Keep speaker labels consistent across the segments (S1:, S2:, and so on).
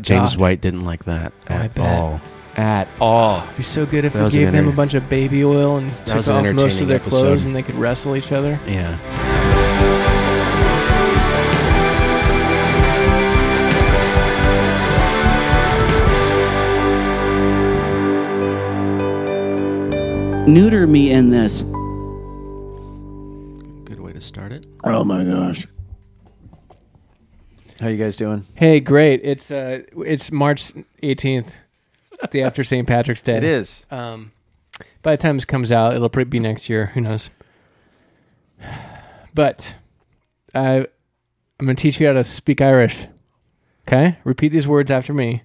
S1: James
S2: God.
S1: White didn't like that
S2: Oh, I
S1: at
S2: bet.
S1: all. At all.
S2: It'd be so good if
S1: That
S2: we
S1: was an
S2: gave them a
S1: enter-
S2: bunch of baby oil and took
S1: was
S2: off
S1: an
S2: most of
S1: entertaining
S2: their clothes
S1: episode.
S2: and they could wrestle each other.
S1: Yeah.
S3: Neuter me in this.
S1: Good way to start it.
S3: Oh my gosh. How you guys doing?
S2: Hey, great! It's uh, it's March 18th, the after St. Patrick's Day.
S3: It is.
S2: Um, by the time this comes out, it'll probably be next year. Who knows? But I, I'm going to teach you how to speak Irish. Okay, repeat these words after me: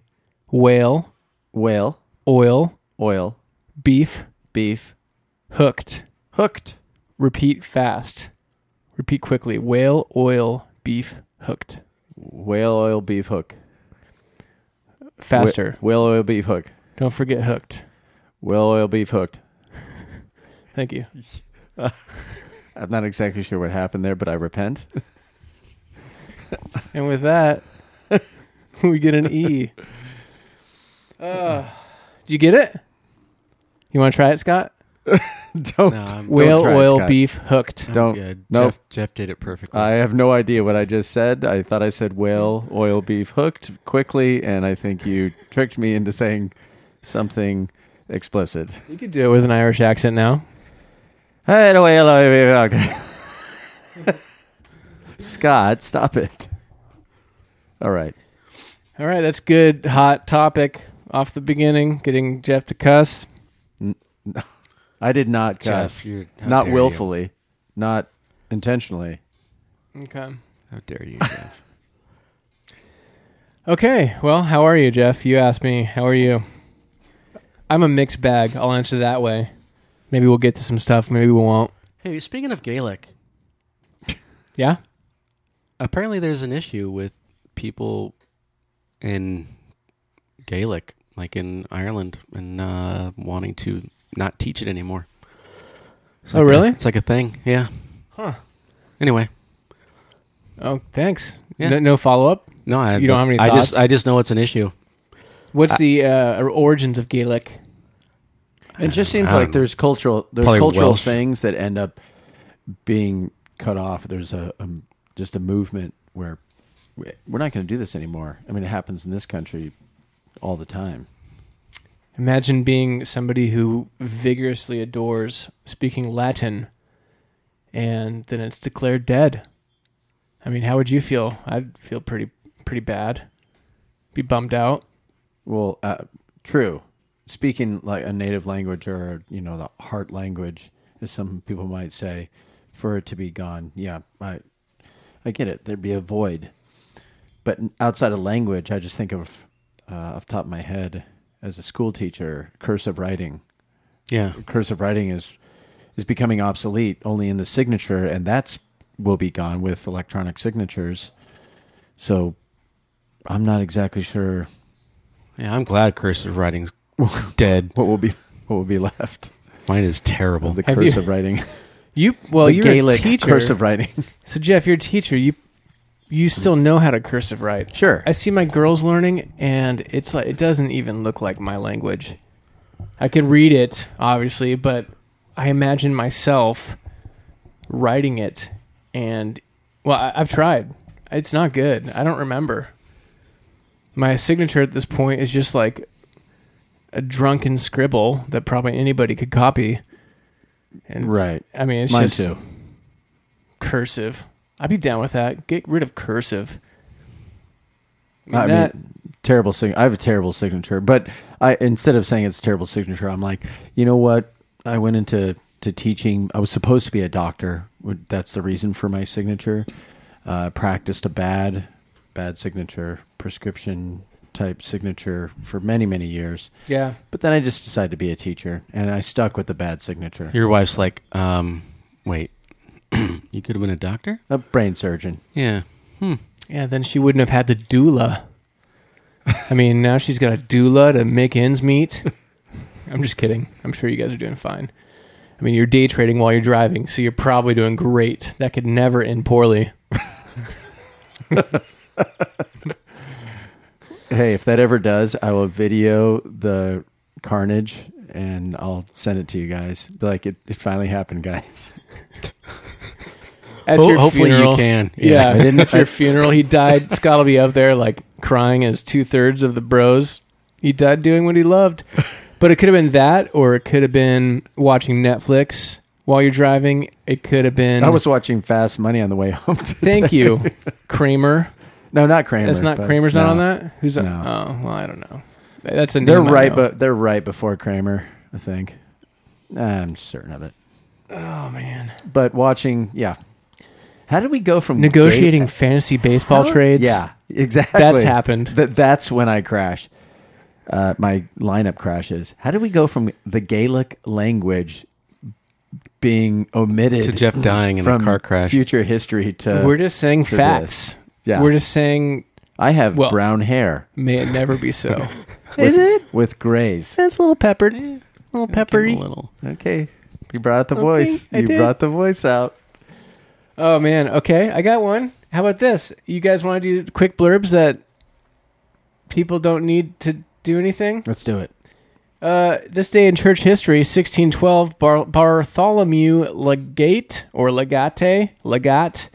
S2: whale,
S3: Whale,
S2: oil,
S3: oil,
S2: beef,
S3: beef,
S2: hooked.
S3: hooked.
S2: Repeat fast. Repeat quickly: whale, oil, beef, hooked.
S3: Whale oil beef hook. Wh-
S2: Faster.
S3: Whale oil beef hook.
S2: Don't forget hooked.
S3: Whale oil beef hooked.
S2: Thank you.
S3: I'm not exactly sure what happened there, but I repent.
S2: And with that, we get an E. Uh, do you get it? You want to try it, Scott?
S3: Don't.
S1: No, I'm-
S2: Whale
S3: try it,
S2: oil
S3: Scott.
S2: beef hooked.
S1: I'm
S3: Don't.
S1: good.
S3: No.
S1: Jeff, Jeff did it perfectly.
S3: I uh, have no idea what I just said. I thought I said whale oil beef hooked quickly, and I think you tricked me into saying something explicit.
S2: You could do it with an Irish accent now.
S3: Hey, the whale oil beef hook. Scott, stop it. All right.
S2: All right, that's good. Hot topic off the beginning. Getting Jeff to cuss.
S3: I did not
S1: Jeff,
S3: cuss.
S1: you're- how
S3: not
S1: dare you.
S3: willfully, not intentionally.
S2: Okay.
S1: How dare you, Jeff?
S2: Okay. Well, how are you, Jeff? You asked me. How are you? I'm a mixed bag. I'll answer that way. Maybe we'll get to some stuff. Maybe we won't.
S1: hey, speaking of Gaelic,
S2: Yeah.
S1: apparently there's an issue with people in Gaelic, like in Ireland, and uh, wanting to not teach it anymore. It's
S2: Oh,
S1: like a-
S2: really?
S1: it's like a thing. Yeah.
S2: Huh.
S1: Anyway,
S2: Oh, thanks.
S1: Yeah.
S2: No, no follow up.
S1: no, I,
S2: You don't have any
S1: I just,
S2: thoughts?
S1: I just know it's an issue.
S2: What's the uh, origins of Gaelic?
S3: It just seems
S1: I don't
S3: like there's cultural there's
S1: Um, Probably
S3: cultural
S1: Welsh.
S3: things that end up being cut off. There's a, a just a movement where we- we're not going to do this anymore. I mean, it happens in this country all the time.
S2: Imagine being somebody who vigorously adores speaking Latin and then it's declared dead. I mean, how would you feel? I'd feel pretty pretty bad. Be bummed out.
S3: Well, uh, true. Speaking like a native language or you know the heart language, as some people might say, for it to be gone, yeah, I, I get it. There'd be a void, but outside of language, I just think of, uh, off the top of my head, as a school teacher, cursive writing.
S1: Yeah.
S3: Cursive writing is is becoming obsolete only in the signature, and that's will be gone with electronic signatures. So, I'm not exactly sure
S1: Yeah, I'm glad cursive writing's dead.
S3: what will be what will be left
S1: Mine is terrible.
S3: of the
S2: Have you-
S3: cursive writing.
S2: You well,
S3: the
S2: you're
S3: Gaelic
S2: a teacher.
S3: cursive writing.
S2: So Jeff, you're a teacher. You you still know how to cursive write.
S3: Sure.
S2: I see my girls learning, and it's like it doesn't even look like my language. I can read it, obviously, but I imagine myself writing it, and well, I, I've tried. It's not good. I don't remember. My signature at this point is just like a drunken scribble that probably anybody could copy. And
S3: Right.
S2: I mean, it's
S3: Mine
S2: just
S3: too.
S2: cursive. I'd be down with that. Get rid of cursive. I mean,
S3: I
S2: that-
S3: mean, terrible sig- I have a terrible signature, but I instead of saying it's a terrible signature, I'm like, you know what? I went into to teaching. I was supposed to be a doctor. Would- That's the reason for my signature. Uh, practiced a bad, bad signature, prescription type signature for many many years.
S2: yeah.
S3: But then I just decided to be a teacher, and I stuck with the bad signature.
S1: Your wife's like, um, wait, you could have been a doctor? Hmm.
S3: A brain surgeon.
S1: Yeah.
S2: Yeah, then she wouldn't have had the doula. I mean, now she's got a doula to make ends meet. I'm just kidding. I'm sure you guys are doing fine. I mean, you're day trading while you're driving, so you're probably doing great. That could never end poorly.
S3: Hey, if that ever does, I will video the carnage and I'll send it to you guys. Be like, it, it finally happened, guys.
S2: At
S1: Ho-
S2: your
S1: hopefully you
S2: funeral-
S1: can.
S2: Yeah,
S1: Yeah.
S3: I didn't-
S2: at your
S3: I-
S2: funeral, he died. Scott will be up there like crying as two thirds of the bros. He died doing what he loved, but it could have been that, or it could have been watching Netflix while you're driving. It could have been.
S3: I was watching Fast Money on the way home. To,
S2: Thank you, Kramer.
S3: no, not Kramer.
S2: That's not
S3: but-
S2: Kramer's not
S3: no.
S2: on that. Who's
S3: No.
S2: oh well, I don't know. That's a
S3: They're
S2: name I
S3: right,
S2: know.
S3: but they're right before Kramer. I think. I'm certain of it.
S2: oh man,
S3: But watching, yeah. How did we go from
S2: negotiating fantasy baseball
S3: How-
S2: trades.
S3: Yeah, exactly.
S2: that's happened.
S3: Th- that's when I crash. Uh, my lineup crashes. How did we go from the Gaelic language being omitted
S1: To Jeff dying in a
S3: from
S1: car crash.
S3: future history to
S2: We're just saying
S3: to
S2: facts.
S3: yeah?
S2: We're just saying
S3: I have
S2: well-
S3: brown hair.
S2: may it never be so.
S3: With,
S1: it?
S3: with grays?
S1: It's a little peppered. A little
S2: peppery.
S1: A little.
S3: Okay, you brought out the
S2: Okay,
S3: voice.
S2: I
S3: you
S2: did.
S3: brought the voice out.
S2: Oh man, okay, I got one. How about this? You guys want to do quick blurbs that people don't need to do anything?
S3: Let's do it.
S2: Uh, this day in church history, 1612, Bar- Bartholomew Legate or Legate, Legat,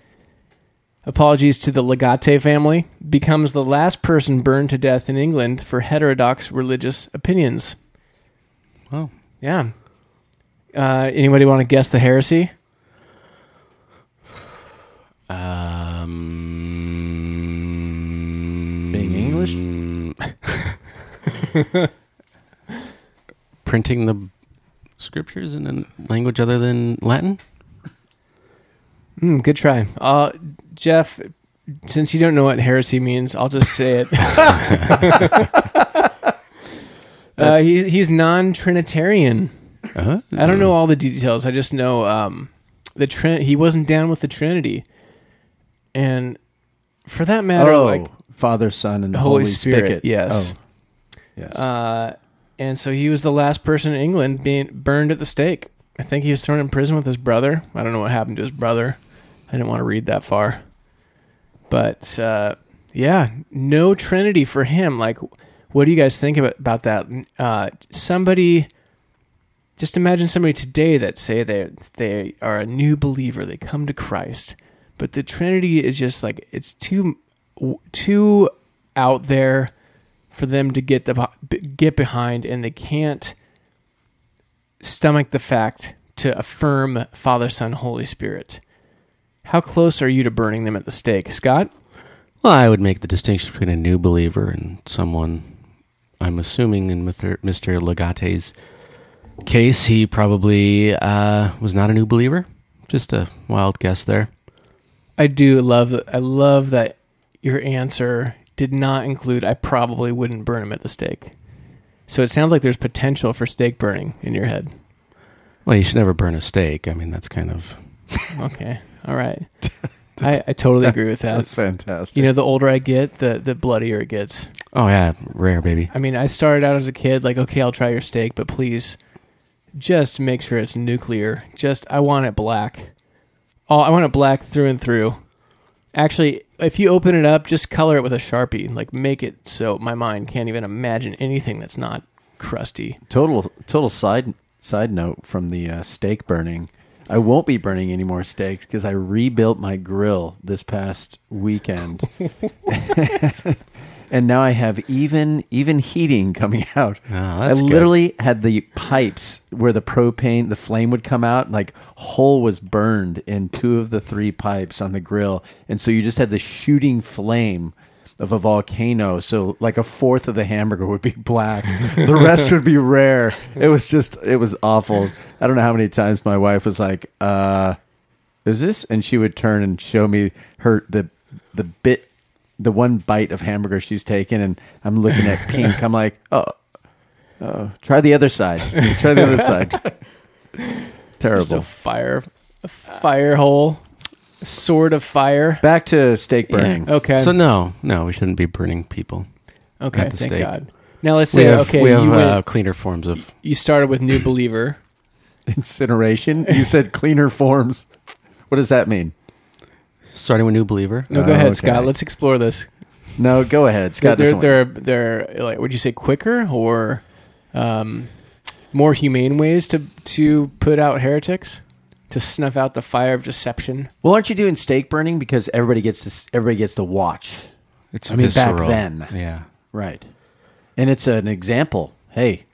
S2: apologies to the Legate family, becomes the last person burned to death in England for heterodox religious opinions.
S1: Wow.
S2: Yeah. Uh, anybody want to guess the heresy?
S1: Um,
S3: Being English?
S1: printing the scriptures in a language other than Latin?
S2: Mm, good try. Uh, Jeff, since you don't know what heresy means, I'll just say it. uh,
S3: That's-
S2: he, he's non Trinitarian.
S1: Uh-huh.
S2: I don't know all the details. I just know um, the Trin- he wasn't down with the Trinity. And for that matter,
S3: oh,
S2: like
S3: Father, Son, and the
S2: Holy
S3: Holy,
S2: Spirit,
S3: Spirit.
S2: yes.
S3: Oh. Yes.
S2: Uh, and so he was the last person in England being burned at the stake. I think he was thrown in prison with his brother. I don't know what happened to his brother. I didn't want to read that far. But uh, yeah, no Trinity for him. Like, what do you guys think about, about that? Uh, somebody, just imagine somebody today that say they they are a new believer. They come to Christ, but the Trinity is just like it's too too out there for them to get the get behind, and they can't stomach the fact to affirm Father, Son, Holy Spirit. How close are you to burning them at the stake, Scott?
S1: Well, I would make the distinction between a new believer and someone. I'm assuming in Mr. Mr. Legate's case, he probably uh, was not a new believer. Just a wild guess there.
S2: I do love I love that your answer did not include I probably wouldn't burn him at the stake. So it sounds like there's potential for stake burning in your head.
S1: Well, you should never burn a steak. I mean, that's kind of
S2: Okay. All right. I, I totally agree with that.
S3: That's fantastic.
S2: You know, the older I get, the the bloodier it gets.
S1: oh yeah, rare baby.
S2: I mean, I started out as a kid like, okay, I'll try your steak, but please just make sure it's nuclear. Just I want it black. Oh, I want it black through and through. Actually, if you open it up, just color it with a Sharpie. Like make it so my mind can't even imagine anything that's not crusty.
S3: total total side side note from the uh, steak burning i won't be burning any more steaks because i rebuilt my grill this past weekend and now i have even even heating coming out
S1: Ah, that's
S3: i
S1: good.
S3: literally had the pipes where the propane the flame would come out and like hole was burned in two of the three pipes on the grill and so you just had the shooting flame of a volcano so like a fourth of the hamburger would be black the rest would be rare it was just it was awful i don't know how many times my wife was like uh is this and she would turn and show me her the the bit the one bite of hamburger she's taken and i'm looking at pink i'm like oh oh try the other side try the other side
S2: Just a
S3: terrible
S2: fire a fire hole. Sword of fire.
S3: back to steak burning
S2: Okay.
S1: So no, no, we shouldn't be burning people.
S2: okay,
S1: at the
S2: thank
S1: stake.
S2: God. Now let's
S1: we
S2: say
S1: have,
S2: okay,
S1: we have
S2: you, went-
S1: uh, cleaner forms of.
S2: you started with new believer.
S3: incineration you said cleaner forms what does that mean
S1: Starting with new believer.
S2: No, go
S3: Oh,
S2: ahead,
S3: okay.
S2: Scott. Let's explore this.
S3: No, go ahead. Scott
S2: they're,
S3: doesn't want-
S2: they're, they're like would you say quicker or um, more humane ways to to put out heretics to snuff out the fire of deception?
S3: Well, aren't you doing stake burning because everybody gets to s- everybody gets to watch,
S1: It's
S3: I mean, back
S1: visceral.
S3: then.
S1: Yeah.
S3: right? And it's an example. Hey,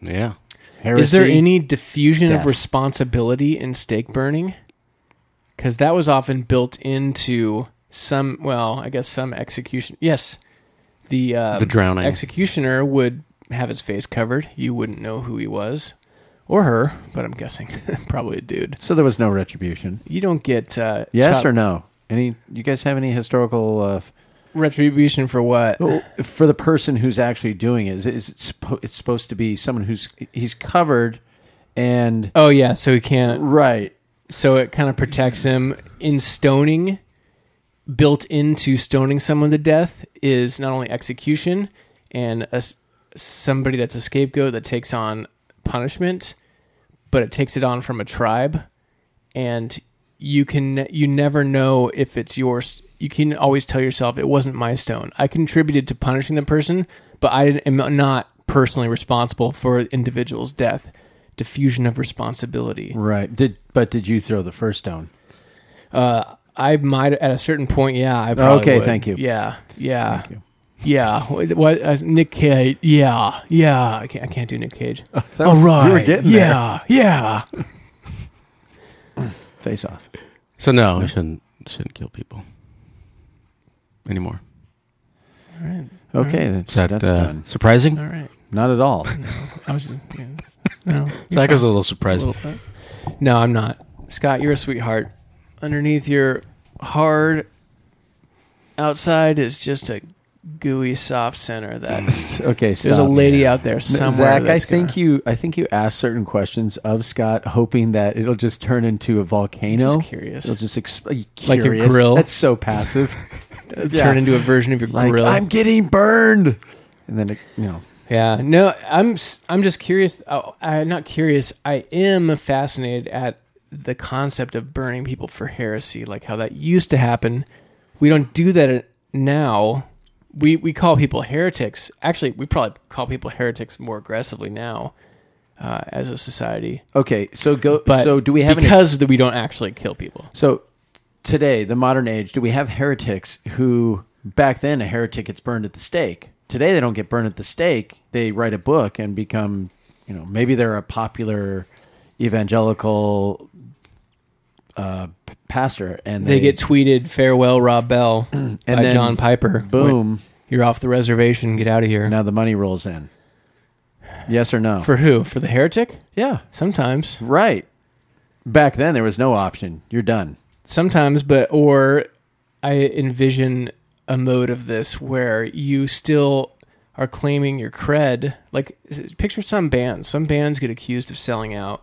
S1: Yeah.
S3: heresy.
S2: Is there any diffusion
S3: Death.
S2: of responsibility in stake burning? Because that was often built into some, well, I guess some execution. Yes, the um,
S1: The drowning.
S2: executioner would have his face covered. You wouldn't know who he was or her, but I'm guessing probably a dude.
S3: So there was no retribution.
S2: You don't get uh,
S3: Yes or no? Any? You guys have any historical uh, f-
S2: retribution for what?
S3: Oh. for the person who's actually doing it? Is, is it suppo- it's supposed to be someone who's he's covered and
S2: Oh yeah, so he can't.
S3: right?
S2: So it kind of protects him in stoning. Built into stoning someone to death is not only execution and a s somebody that's a scapegoat that takes on punishment, but it takes it on from a tribe, and you can you never know if it's yours. You can always tell yourself it wasn't my stone. I contributed to punishing the person, but I am not personally responsible for the individual's death. Diffusion of responsibility.
S3: Right. Did but did you throw the first stone?
S2: Uh, I might at a certain point. Yeah, I probably
S3: Okay,
S2: would.
S3: thank you.
S2: Yeah, yeah,
S3: Thank you.
S2: yeah. What, what uh, Nick Cage? Yeah, yeah. I can't, I can't do Nick Cage.
S3: That was-
S2: All right.
S3: you were getting there.
S2: yeah, yeah.
S3: Face off.
S1: So no, we shouldn't shouldn't kill people anymore.
S2: All right,
S3: Okay, that's
S1: Is that
S3: that's
S1: uh,
S3: done.
S1: surprising?
S2: all right.
S3: Not at all.
S2: I was. Yeah. No, you're
S1: Zach was a
S2: fine.
S1: little surprised.
S2: Little- no, I'm not. Scott, you're a sweetheart. Underneath your hard outside is just a gooey soft center. That
S3: okay,
S2: there's a
S3: stop.
S2: lady out there
S3: No,
S2: somewhere.
S3: Zach, I
S2: that's gonna-
S3: think you I think you asked certain questions of Scott, hoping that it'll just turn into a volcano.
S2: Just curious.
S3: It'll just exp- are you
S2: Like your
S3: curious?
S2: grill?
S3: That's so passive. Yeah.
S2: turn into a version of your
S3: Like
S2: grill.
S3: I'm getting burned, and then it, you know.
S2: Yeah, no, I'm s- I'm just curious. Oh, I'm not curious. I am fascinated at the concept of burning people for heresy, like how that used to happen. We don't do that now. We we call people heretics. Actually, we probably call people heretics more aggressively now uh, as a society.
S3: Okay, so go.
S2: But
S3: so do we have any?
S2: because that we don't actually kill people?
S3: So today, the modern age, do we have heretics who back then a heretic gets burned at the stake? Today they don't get burned at the stake. They write a book and become, you know, maybe they're a popular evangelical uh, p- pastor, and
S2: They
S3: they,
S2: get tweeted farewell Rob Bell and by
S3: then
S2: John Piper.
S3: boom.
S2: You're off the reservation. Get out of here.
S3: now the money rolls in. Yes or no?
S2: For who? For the heretic?
S3: yeah,
S2: Sometimes.
S3: right. Back then there was no option. You're done.
S2: sometimes but or i envision a mode of this where you still are claiming your cred like s- picture some bands some bands get accused of selling out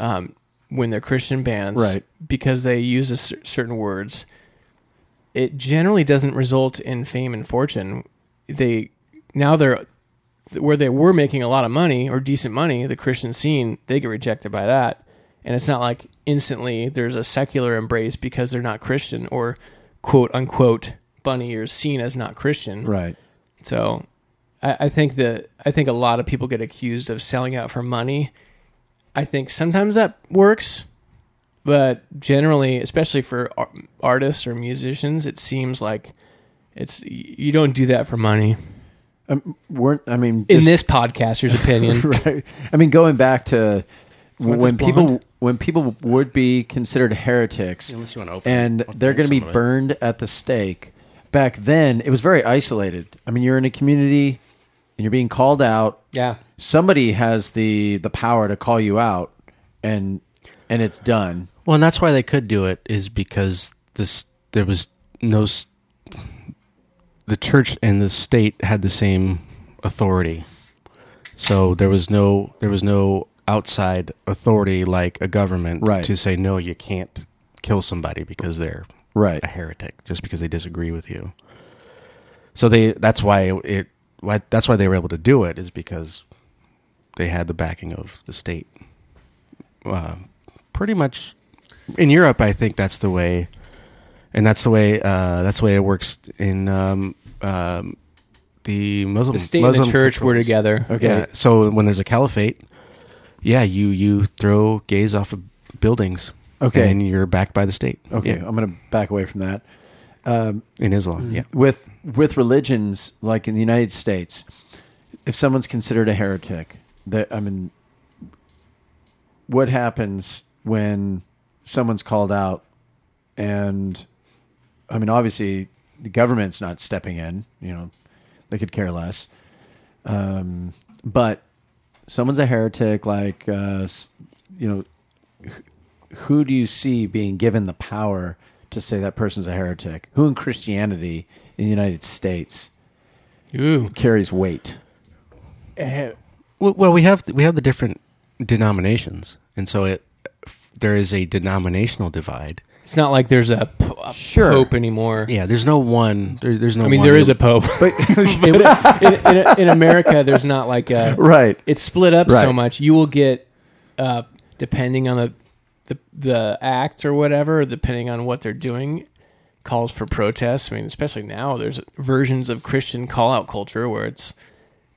S2: um, when they're christian bands
S3: Right.
S2: because they use a cer- certain words it generally doesn't result in fame and fortune they now they're where they were making a lot of money or decent money, the Christian scene, they get rejected by that. And it's not like instantly there's a secular embrace because they're not Christian or quote unquote bunny ears seen as not Christian.
S3: Right.
S2: So I, I think that I think a lot of people get accused of selling out for money. I think sometimes that works, but generally, especially for ar- artists or musicians, it seems like it's you don't do that for money.
S3: Um, weren't I mean
S2: In
S3: just-
S2: this podcaster's opinion,
S3: right. I mean, going back to
S2: want
S3: when
S2: this
S3: people
S2: blonde?
S3: when people would be considered heretics,
S1: Unless you want to open
S3: and
S1: it. I'll
S3: they're
S1: drink
S3: going to be
S1: some of it.
S3: burned at the stake. Back then, it was very isolated. I mean, you're in a community, and you're being called out.
S2: Yeah.
S3: Somebody has the the power to call you out, and and it's done.
S1: Well, and that's why they could do it is because this there was no s- the church and the state had the same authority. So there was no there was no outside authority like a government
S3: Right.
S1: to say no you can't kill somebody because they're
S3: Right.
S1: a heretic just because they disagree with you. So they that's why it why that's why they were able to do it is because they had the backing of the state. Uh, pretty much in Europe, I think that's the way and that's the way uh, that's the way it works in um, um, the Muslim.
S2: The state
S1: Mm. Muslim
S2: and the church were
S1: controls.
S2: together.
S1: Okay. Yeah. So when there's a caliphate, yeah, you you throw gays off of buildings.
S3: Okay.
S1: And you're backed by the state.
S3: Okay,
S1: Yeah.
S3: I'm going to back away from that. Um,
S1: In
S2: Mm-hmm.
S1: Islam. Yeah.
S3: with with religions like in the United States, if someone's considered a heretic, that I mean, what happens when someone's called out? And I mean, obviously, the government's not stepping in. You know, they could care less. Um, but someone's a heretic, like uh, s- you know, who do you see being given the power to say that person's a heretic? Who in Christianity in the United States
S2: Ooh.
S3: carries weight?
S2: Eh,
S1: Well, well, we have we have the different denominations, and so it there is a denominational divide.
S2: It's not like there's a, p- a
S3: Sure.
S2: pope anymore.
S1: Yeah, there's no one. There, there's no.
S2: I mean,
S1: one
S2: there
S1: who-
S2: is a pope, but in, in, in America, there's not like a.
S3: Right.
S2: It's split up so
S3: Right.
S2: much. You will get, uh, depending on the, the the act or whatever, depending on what they're doing, calls for protests. I mean, especially now, there's versions of Christian call out culture where it's.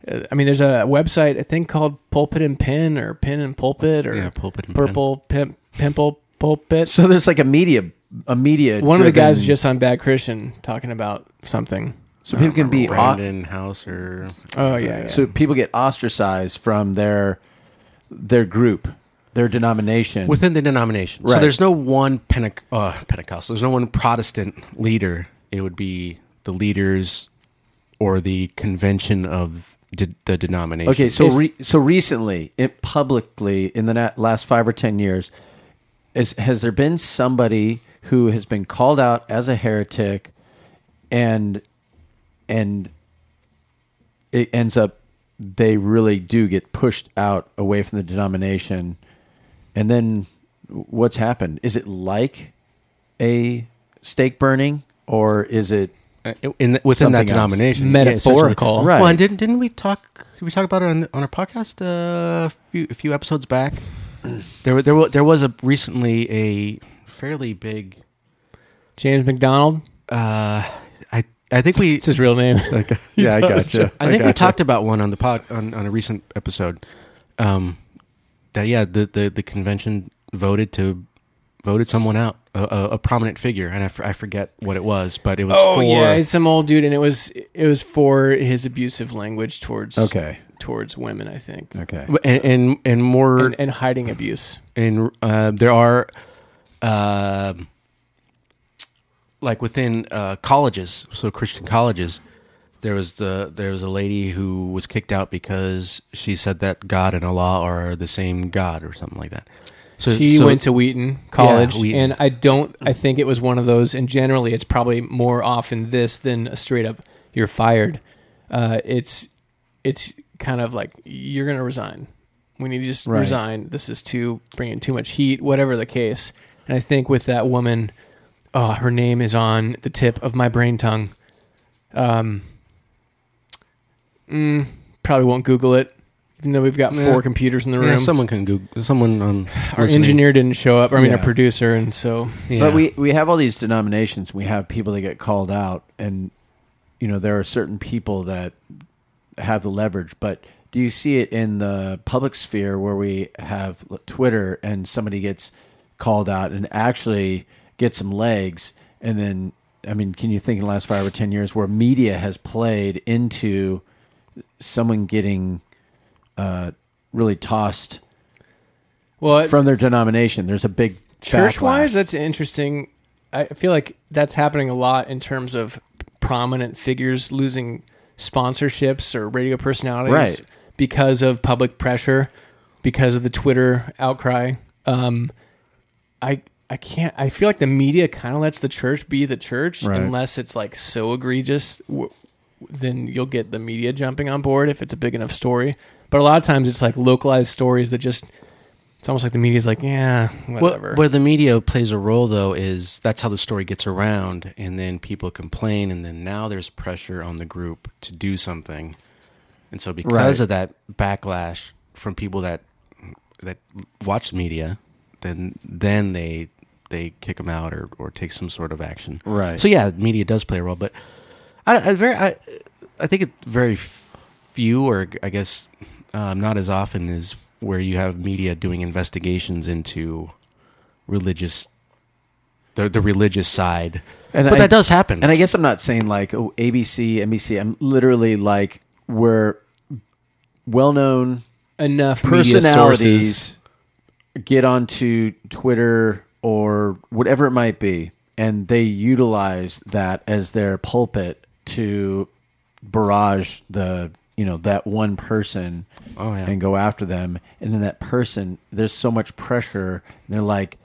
S2: uh, I mean, there's a website I think called Pulpit and Pin or Pin and Pulpit or
S1: yeah, pulpit and
S2: Purple Pimp Pimple Pulpit.
S3: So there's like a media, a media.
S2: One of the guys
S3: driven-
S2: was just on Bad Christian talking about something.
S3: so people can be au-
S1: Brandon House or
S2: Oh yeah, yeah.
S3: so people get ostracized from their their group, their denomination.
S1: within the denomination. So
S3: Right.
S1: there's no one Pente- uh, Pentecostal. There's no one Protestant leader. It would be the leaders or the convention of de- the denomination.
S3: okay, so re- so recently, it publicly in the na- last five or ten years, is, has there been somebody who has been called out as a heretic, and and it ends up they really do get pushed out away from the denomination and then what's happened is it like a stake burning or is it
S1: Uh, in the, within that
S3: Something else.
S1: denomination, Yeah, essentially.
S2: metaphorical.
S3: Right.
S1: Well, and didn't didn't we talk? Did we talk about it on, on our podcast uh, a few a few episodes back? There wa- there wa- there was a recently a fairly big.
S2: James McDonald.
S1: Uh, I I think we
S2: It's his real name.
S3: yeah i gotcha
S1: I think we talked about one on the pod on, on a recent episode. Um, that yeah, the, the the convention voted to voted someone out, a, a, a prominent figure, and I, f- I forget what it was, but it was
S2: oh
S1: for
S2: yeah, he's some old dude, and it was it was for his abusive language towards
S3: okay
S2: towards women, I think,
S3: okay
S1: and and, and more
S2: and, and hiding abuse.
S1: and uh, there are um like within uh, colleges so christian colleges there was the there was a lady who was kicked out because she said that god and allah are the same god or something like that so
S2: He
S1: so-
S2: went to Wheaton College,
S1: Yeah, Wheaton.
S2: and I don't. I think it was one of those. And generally, it's probably more often this than a straight up "you're fired." Uh, it's it's kind of like you're going to resign. We need to just
S3: Right.
S2: resign. This is too bringing too much heat, whatever the case. And I think with that woman, uh, her name is on the tip of my brain tongue. Um, mm, probably won't Google it, even though we've got
S1: Yeah.
S2: four computers in the room
S1: yeah, someone can google someone on
S2: our
S1: listening.
S2: engineer didn't show up. Or, I mean,
S3: Yeah.
S2: our producer, and so
S1: Yeah.
S3: But we, we have all these denominations. We have people that get called out, and you know there are certain people that have the leverage. But do you see it in the public sphere where we have Twitter and somebody gets called out and actually gets some legs? And then, I mean, can you think in the last five or ten years where media has played into someone getting uh, really tossed
S2: well,
S3: from their denomination? There's a big
S2: church wise,
S3: backlash.
S2: that's interesting. I feel like that's happening a lot in terms of prominent figures losing sponsorships or radio personalities
S3: Right.
S2: because of public pressure, because of the Twitter outcry. Um, I I can't. I feel like the media kind of lets the church be the church
S3: Right.
S2: unless it's like so egregious. W- then you'll get the media jumping on board if it's a big enough story. But a lot of times it's like localized stories that just. It's almost like the media's like, yeah,
S1: Well,
S2: whatever.
S1: where the media plays a role, though, is that's how the story gets around, and then people complain, and then now there's pressure on the group to do something, and so because
S3: Right.
S1: of that backlash from people that that watch media, then then they they kick them out or, or take some sort of action.
S3: Right.
S1: So yeah, media does play a role, but I, I very I, I think it's very f- few, or I guess um, not as often as where you have media doing investigations into religious the the religious side.
S3: And
S1: but
S3: I-
S1: that does happen.
S3: And I guess I'm not saying like oh ABC, NBC. I'm literally like we're well-known
S2: Enough
S3: personalities get onto Twitter or whatever it might be, and they utilize that as their pulpit to barrage the you know that one person
S1: Oh, yeah.
S3: and go after them, and then that person there's so much pressure. And they're like,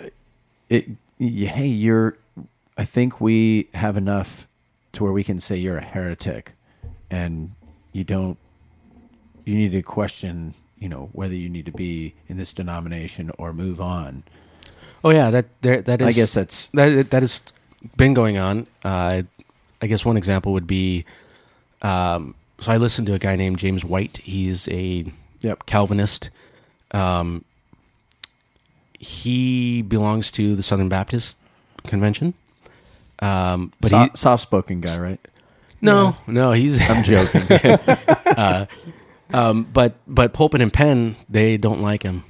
S3: uh, it, y- hey, you're. I think we have enough to where we can say you're a heretic, and you don't you need to question, you know, whether you need to be in this denomination or move on.
S1: oh yeah, that there, that is.
S3: I guess that's
S1: that that has been going on. Uh, I guess one example would be. Um, so I listened to a guy named James White. He's a
S3: Yep.
S1: Calvinist. Um, he belongs to the Southern Baptist Convention. Um, but
S3: but
S1: he,
S3: soft spoken guy, right?
S1: no, no, he's
S3: I'm joking.
S1: Um, but but Pulpit and Penn, they don't like him,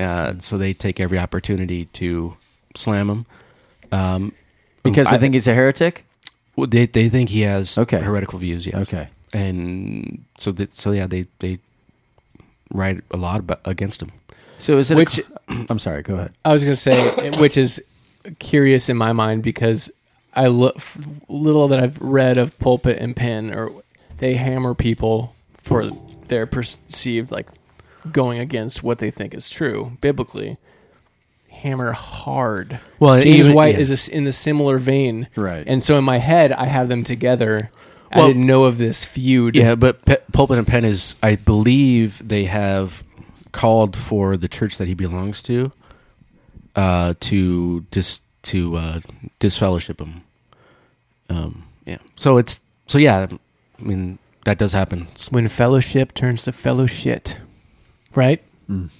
S1: uh, so they take every opportunity to slam him. Um,
S3: because I, think he's a heretic.
S1: well, they they think he has
S3: Okay.
S1: heretical views. Yeah.
S3: Okay.
S1: And so that so yeah they they write a lot about, against him.
S3: So is it
S2: Which-
S3: which I'm sorry, go ahead.
S2: I was gonna say, which is curious in my mind because I look little that I've read of pulpit and pen, or they hammer people for their perceived like going against what they think is true biblically. Hammer hard.
S1: Well,
S2: James
S1: even-
S2: White
S1: yeah.
S2: is a s in the similar vein,
S3: Right.
S2: And so in my head, I have them together. I
S1: Well-
S2: didn't know of this feud.
S1: Yeah, but Pe- Pulpit and Penn is, I believe, they have called for the church that he belongs to uh, to dis to uh, disfellowship him. Um, yeah. So it's so yeah. I mean that does happen. It's-
S2: when fellowship turns to fellowship, right?
S3: Mm.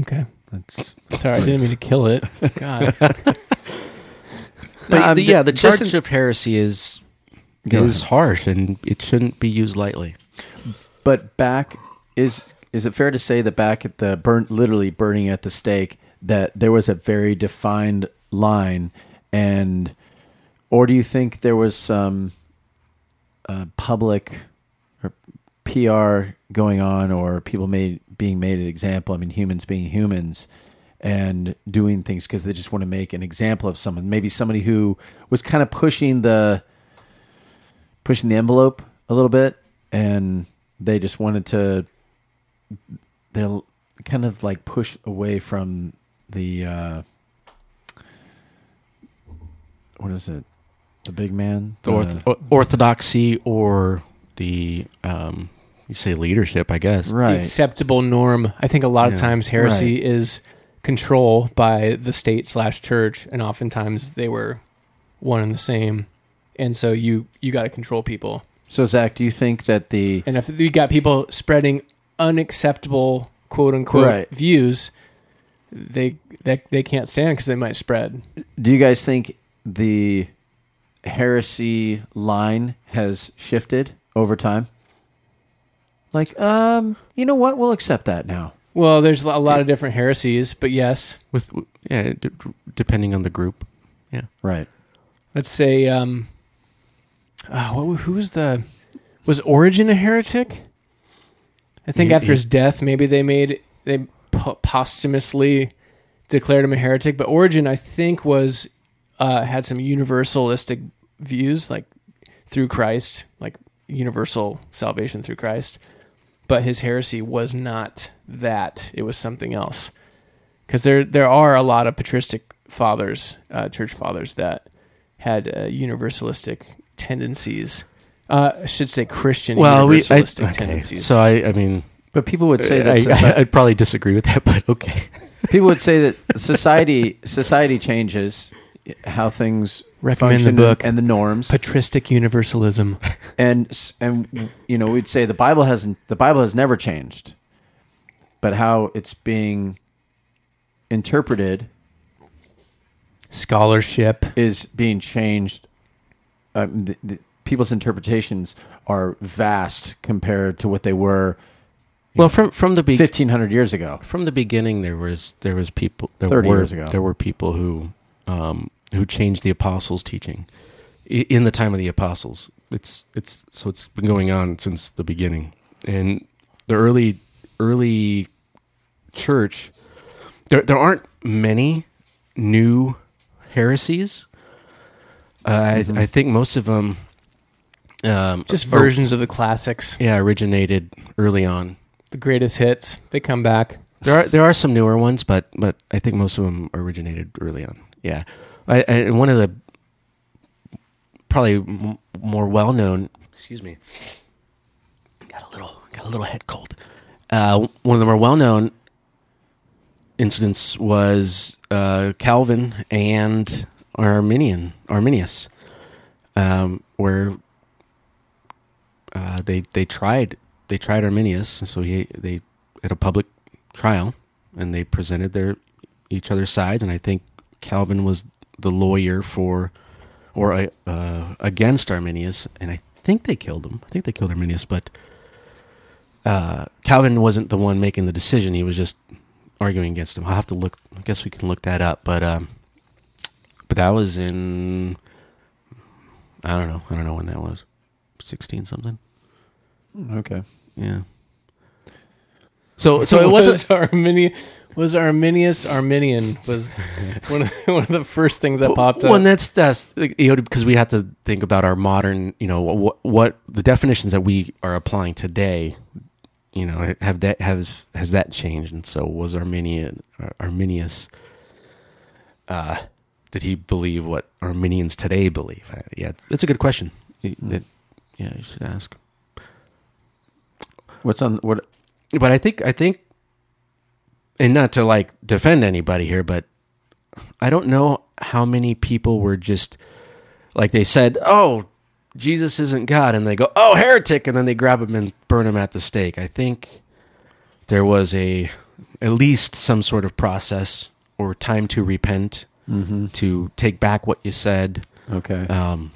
S2: Okay.
S3: That's
S2: Sorry, I didn't mean to kill it. God.
S1: But
S3: Um,
S1: the- yeah, the
S3: just
S1: charge of heresy is
S3: Go
S1: is harsh and it shouldn't be used lightly.
S3: But back is is it fair to say that back at the burn literally burning at the stake that there was a very defined line and or do you think there was some uh, public or PR going on or people made being made an example I mean humans being humans and doing things because they just want to make an example of someone maybe somebody who was kind of pushing the pushing the envelope a little bit and they just wanted to they're kind of like push away from the uh what is it the big man
S1: The orth- or- orthodoxy or the um, you say leadership, I guess.
S2: the
S3: right
S2: acceptable norm. I think a lot of
S1: Yeah,
S2: times heresy is control by the state slash church, and oftentimes they were one and the same. And so you you got to control people,
S3: so zach do you think that the
S2: and if you got people spreading unacceptable quote unquote
S3: Right.
S2: views, they that they can't stand because they might spread.
S3: do you guys think the heresy line has shifted over time like um you know what we'll accept that now
S2: Well, there's a lot of different heresies, but yes,
S1: With yeah, d- depending on the group.
S3: right
S2: let's say um uh, what, who was the was Origin a heretic? I think
S1: He-
S2: after
S1: he-
S2: his death, maybe they made they po- posthumously declared him a heretic. But Origin, I think, was uh, had some universalistic views, like through Christ, like universal salvation through Christ. But his heresy was not that; it was something else. Because there there are a lot of patristic fathers, uh, church fathers that had uh, universalistic tendencies. Uh, I should say Christian universalistic tendencies.
S1: So I, I mean,
S3: but people would say that's
S1: Uh, I, would probably disagree with that, but okay.
S3: people would say that society society changes how things
S2: Recommend Oh, the
S3: function
S2: book.
S3: and the norms
S2: patristic universalism.
S3: and s- and you know we'd say the bible hasn't the bible has never changed but how it's being interpreted
S2: scholarship.
S1: Oh.
S3: is being changed. Um, the, the, people's interpretations are vast compared to what they were
S1: Well, from from the be-
S3: 1500 years ago.
S1: from the beginning, there was there was people there
S3: 30
S1: were
S3: years ago.
S1: there were people who um, who changed the apostles' teaching I- in the time of the apostles. It's it's so it's been going on since the beginning, and the early early church there there aren't many new heresies. Uh,
S3: Mm-hmm.
S1: I, I think most of them um,
S2: Just
S1: or-
S2: versions of the classics,
S1: yeah originated early on.
S2: the greatest hits. They come back.
S1: There are there are some newer ones, but but I think most of them originated early on. Yeah, I, I one of the probably m- more well known. Excuse me. Got a little got a little head cold. Uh, one of the more well known incidents was uh, Calvin and Arminian Arminius, um, where uh, they they tried they tried Arminius, so he they at a public trial, and they presented their each other's sides, and I think Calvin was the lawyer for or uh, against Arminius, and I think they killed him. I think they killed Arminius, but uh, Calvin wasn't the one making the decision; he was just arguing against him. I'll have to look. I guess we can look that up, but um, but that was in I don't know. I don't know when that was. Sixteen something.
S3: Okay.
S1: Yeah. So so it wasn't
S2: was Armini- was Arminius Arminian was one of, one of the first things that popped up.
S1: Well, and that's that's you know because we have to think about our modern, you know, what, what the definitions that we are applying today, you know, have that has has that changed? And so was Arminian Ar- Arminius. Uh, did he believe what Arminians today believe? Uh, Yeah, that's a good question. You- that- yeah, you should ask.
S3: What's on what?
S1: But I think I think, and not to like defend anybody here, but I don't know how many people were just like they said, "Oh, Jesus isn't God," and they go, "Oh, heretic," and then they grab him and burn him at the stake. I think there was a at least some sort of process or time to repent,
S3: Mm-hmm.
S1: to take back what you said,
S3: Okay.
S1: um,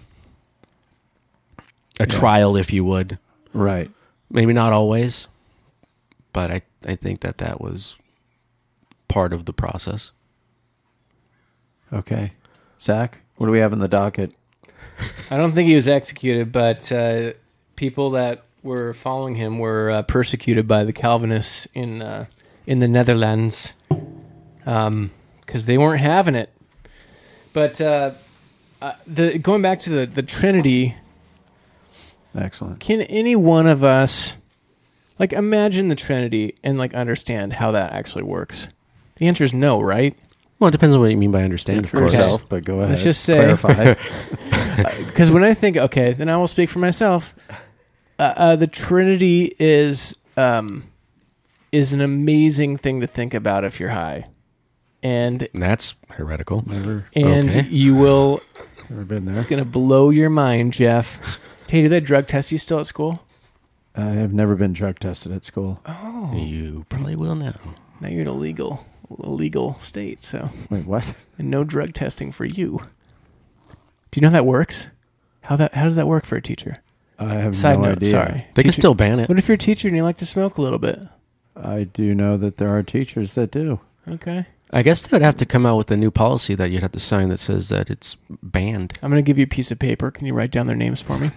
S1: a
S3: Yeah.
S1: trial, if you would
S3: right.
S1: maybe not always but i i think that that was part of the process
S3: Okay. Zach, what do we have in the docket?
S2: I don't think he was executed, but uh, people that were following him were uh, persecuted by the Calvinists in uh, in the Netherlands because they weren't having it. But uh, uh, the going back to the, the Trinity,
S3: Excellent.
S2: can any one of us like imagine the Trinity and like understand how that actually works? The answer is no, right?
S1: well it depends on what you mean by understand of
S3: For
S1: course
S3: yourself, but go ahead.
S2: Let's just say-
S3: clarify.
S2: Because when I think, okay, then I will speak for myself. Uh, uh, the Trinity is um, is an amazing thing to think about if you're high, and
S1: And that's heretical
S3: Never,
S2: and
S1: Okay.
S2: you will.
S3: never been there.
S2: It's gonna blow your mind, Jeff. Hey, did that drug test you still at school?
S3: I have never been drug tested at school.
S2: Oh,
S1: you probably will now
S2: now you're in a legal illegal state, so
S3: Wait, what?
S2: and no drug testing for you. Do you know how that works? How that how does that work for a teacher?
S3: I have
S2: Side
S3: no
S2: note,
S3: idea.
S2: sorry.
S1: they can
S2: Teacher-
S1: still ban it
S2: What if you're a teacher and you like to smoke a little bit?
S3: I do know that there are teachers that do.
S2: Okay.
S1: i guess they would have to come out with a new policy that you'd have to sign that says that it's banned
S2: I'm going to give you a piece of paper. Can you write down their names for me?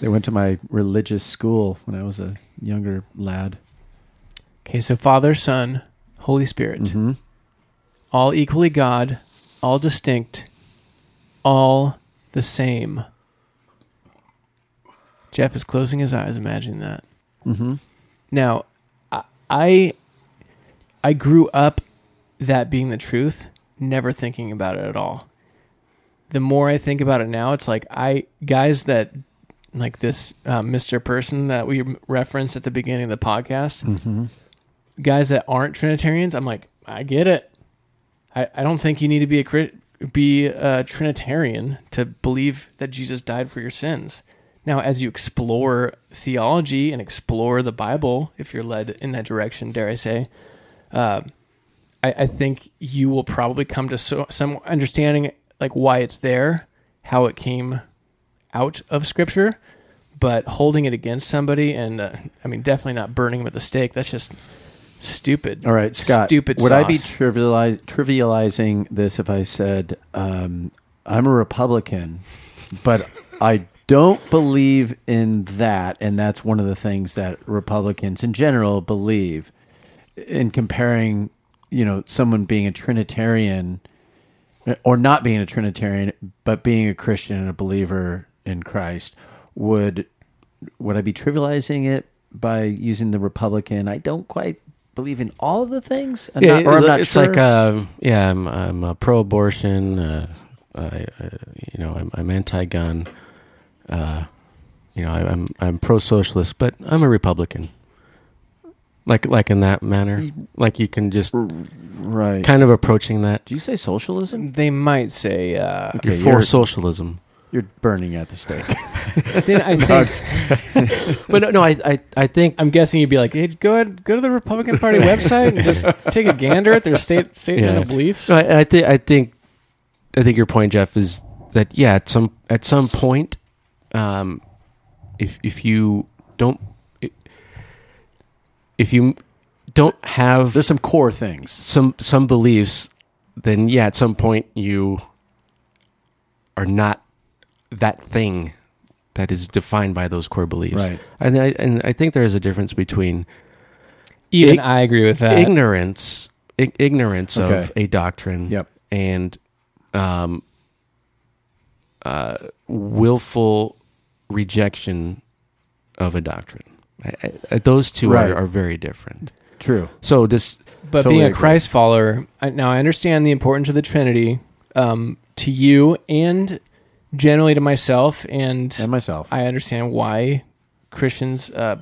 S3: They went to my religious school when I was a younger lad.
S2: okay, so Father, Son, Holy Spirit,
S3: Mhm.
S2: all equally God, all distinct, all the same. Jeff is closing his eyes. Imagine that. Mm-hmm.
S3: Mhm.
S2: Now, I- I I grew up that being the truth, never thinking about it at all. The more I think about it now, it's like I guys that like this uh, Mr. Person that we referenced at the beginning of the podcast,
S3: Mhm.
S2: guys that aren't Trinitarians, I'm like, I get it. I, I don't think you need to be a crit- be a Trinitarian to believe that Jesus died for your sins. Now, as you explore theology and explore the Bible, if you're led in that direction, dare I say, uh, I, I think you will probably come to so, some understanding like why it's there, how it came out of scripture, but holding it against somebody and uh, I mean definitely not burning them at the stake. That's just stupid.
S3: All right, Scott.
S2: Stupid.
S3: Would I be
S2: sauce.
S3: trivialize, trivializing this if I said um, I'm a Republican, but I don't believe in that, and that's one of the things that Republicans in general believe. In comparing, you know, someone being a Trinitarian or not being a Trinitarian, but being a Christian and a believer in Christ, would would I be trivializing it by using the Republican? I don't quite believe in all of the things. I'm not- or I'm not
S1: it's
S3: sure.
S1: like uh, yeah, I'm I'm uh, pro-abortion. Uh, I, I, you know, I'm, I'm anti-gun. Uh, you know, I, I'm I'm pro-socialist, but I'm a Republican. Like like in that manner, like you can just
S3: right.
S1: kind of approaching that.
S3: Did you say socialism?
S2: They might say. Uh,
S1: You're
S3: Okay,
S1: for
S3: you're-
S1: socialism,
S3: You're burning at the stake.
S2: then I think
S1: but no, no I, I I think
S2: I'm guessing you'd be like, hey, go ahead, go to the Republican Party website and just take a gander at their state statement
S1: Yeah.
S2: of beliefs.
S1: No, I, I think I think I think your point, Jeff, is that yeah, at some at some point, um, if if you don't if you don't have
S3: There's some core things.
S1: some some beliefs, then yeah, at some point you are not that thing that is defined by those core beliefs.
S3: Right.
S1: And I and I think there is a difference between
S2: Even
S1: Ig-
S2: I agree with that.
S1: ignorance ig- ignorance of
S3: Okay.
S1: a doctrine
S3: Yep.
S1: and um uh willful rejection of a doctrine I, I, those two
S3: Right.
S1: are, are very different
S3: True.
S1: so this
S2: but
S3: Totally
S2: being a
S3: agree.
S2: Christ follower, I, now I understand the importance of the Trinity um, to you and generally to myself, and
S3: And myself.
S2: I understand why Christians uh,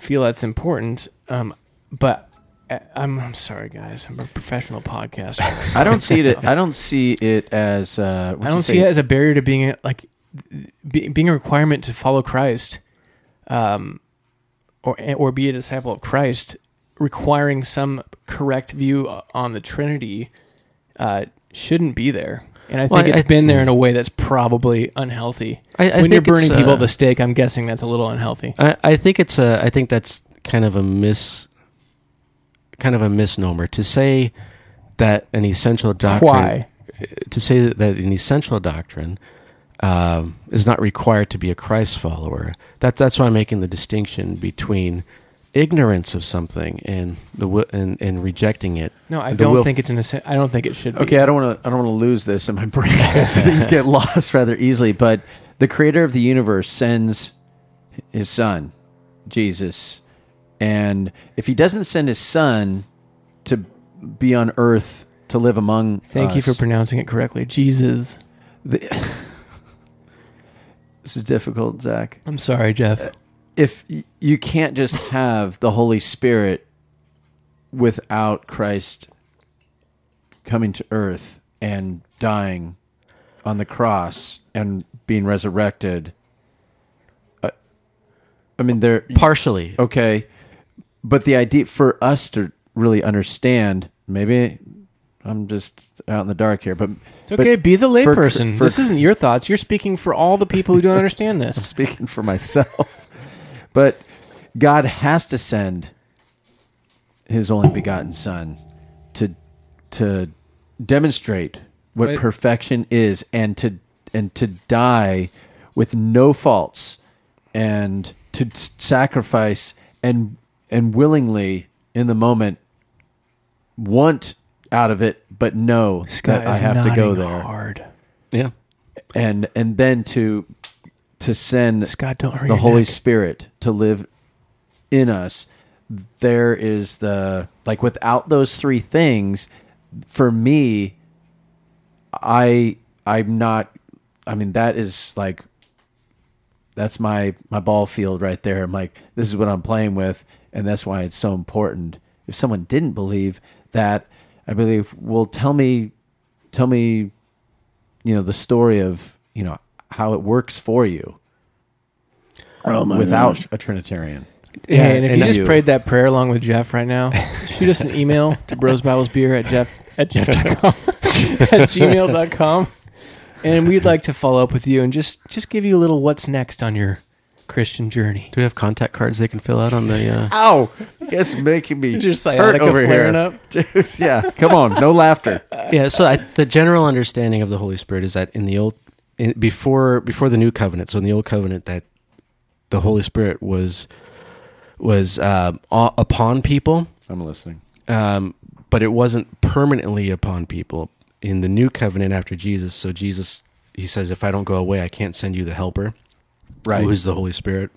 S2: feel that's important. Um, but I, I'm, I'm sorry, guys. I'm a professional podcaster.
S3: I don't see it. I don't see it as. Uh, what'd
S2: I
S3: you
S2: don't
S3: say?
S2: see it as a barrier to being a, like be, being a requirement to follow Christ, um, or or be a disciple of Christ, requiring some correct view on the Trinity, uh, shouldn't be there. And I
S1: Well,
S2: think it's
S1: I-
S2: been there in a way that's probably unhealthy.
S1: I, I
S2: when you're
S1: think it's,
S2: burning people
S1: uh,
S2: at the stake, I'm guessing that's a little unhealthy.
S1: I, I think it's a I think that's kind of a mis kind of a misnomer to say that an essential doctrine
S2: Why?
S1: to say that an essential doctrine um, is not required to be a Christ follower. That that's why I'm making the distinction between ignorance of something and the wi- and, and rejecting it.
S2: No, I
S1: The
S2: don't
S1: will-
S2: think it's an. assen- I don't think it should. Be.
S3: Okay, I don't want to. I don't want to lose this in my brain. So Things get lost rather easily. But the Creator of the universe sends His Son, Jesus, and if He doesn't send His Son to be on Earth to live among,
S2: Thank you
S3: us,
S2: for pronouncing it correctly, Jesus.
S3: the- this is difficult, Zach.
S2: I'm sorry, Jeff.
S3: If y- you can't just have the Holy Spirit without Christ coming to earth and dying on the cross and being resurrected, I- I mean, there.
S1: Partially,
S3: Okay, but the idea for us to really understand, maybe I'm just out in the dark here, but
S2: It's okay. be the
S3: for-
S2: layperson.
S3: for-
S2: this isn't your thoughts. You're speaking for all the people who don't understand this.
S3: speaking for myself. But God has to send his only begotten son to to demonstrate what
S2: But-
S3: perfection is and to and to die with no faults and to s- sacrifice and and willingly in the moment want out of it but know that I have to go there
S2: Hard.
S1: yeah.
S3: and and then to to send
S2: Scott, don't hurry.
S3: the Holy Spirit to live in us, there is the like without those three things, for me, I I'm not I mean that is like that's my my ball field right there. I'm like, this is what I'm playing with, and that's why it's so important. If someone didn't believe that, I believe, well, tell me, tell me, you know, the story of you know how it works for you
S4: Oh my
S3: without
S4: gosh.
S3: a Trinitarian.
S2: Hey,
S1: Yeah,
S2: and if
S1: and
S2: you just
S3: you.
S2: prayed that prayer along with Jeff right now, shoot us an email to brosbiblesbeer at jeff at jeff.com at gmail.com. And we'd like to follow up with you and just just give you a little what's next on your Christian journey.
S1: Do we have contact cards they can fill out on the? Uh,
S3: Ow! You guys are making me
S2: Just
S3: hurt
S2: sciatica
S3: over
S2: flaring
S3: here.
S2: up.
S3: Dude, yeah, come on, no laughter.
S1: yeah. So I, the general understanding of the Holy Spirit is that in the old, in, before before the new covenant, so in the old covenant, that the Holy Spirit was was uh, o- upon people,
S3: I'm listening.
S1: um, but it wasn't permanently upon people in the new covenant after Jesus. So Jesus, he says, if I don't go away, I can't send you the Helper,
S3: Right.
S1: who is the Holy Spirit.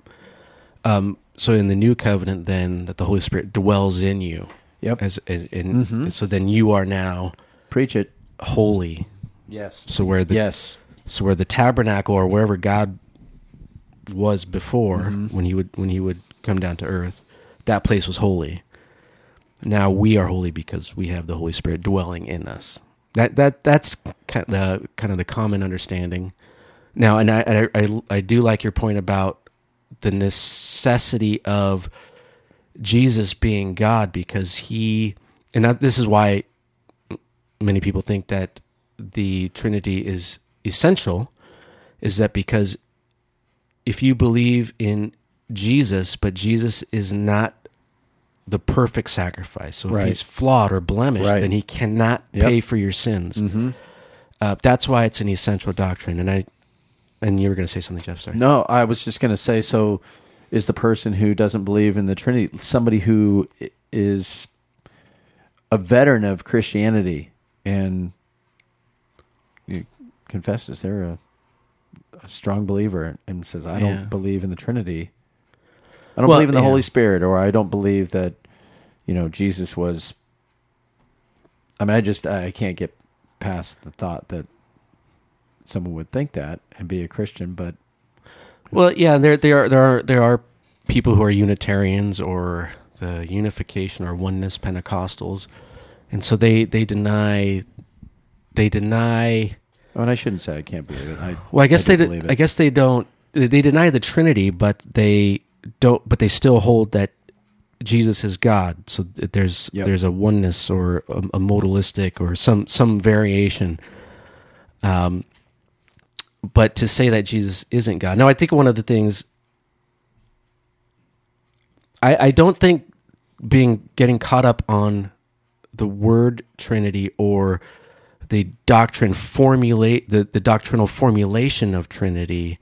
S1: Um, so in the new covenant, then that the Holy Spirit dwells in you,
S3: Yep.
S1: as and, and
S3: Mhm.
S1: so then you are now
S3: Preach it.
S1: holy.
S3: Yes.
S1: So where the
S3: Yes.
S1: so where the tabernacle or wherever God was before when he would when he would come down to earth, that place was holy. Now we are holy because we have the Holy Spirit dwelling in us. That that that's kind of the, kind of the common understanding. Now, and I, and I I I do like your point about the necessity of Jesus being God because he and that this is why many people think that the Trinity is essential is that because if you believe in Jesus, but Jesus is not the perfect sacrifice, so if
S3: Right.
S1: he's flawed or blemished,
S3: Right.
S1: then he cannot
S3: Yep.
S1: pay for your sins.
S3: Mm-hmm.
S1: Uh, that's why it's an essential doctrine. And I and you were going to say something, Jeff. Sorry.
S3: No, I was just going to say so is the person who doesn't believe in the Trinity somebody who i- is a veteran of Christianity and you confesses they're a, a strong believer and says, I
S1: Yeah.
S3: don't believe in the Trinity. I don't
S1: Well,
S3: believe in the
S1: yeah.
S3: Holy Spirit, or I don't believe that, you know, Jesus was. I mean, I just, I I can't get past the thought that someone would think that and be a Christian, but
S1: Well, yeah, there there are there are there are people who are Unitarians or the Unification or Oneness Pentecostals, and so they they deny they deny.
S3: Oh, and I shouldn't say I can't believe it. I,
S1: Well, I guess
S3: I
S1: they
S3: do
S1: do-
S3: believe it.
S1: I guess they don't they they deny the Trinity, but they don't. But they still hold that Jesus is God. So th- there's
S3: Yep.
S1: there's a oneness or a, a modalistic or some some variation. Um, but to say that Jesus isn't God. Now, I think one of the things I, I don't think being getting caught up on the word Trinity or the doctrine formulate the, the doctrinal formulation of Trinity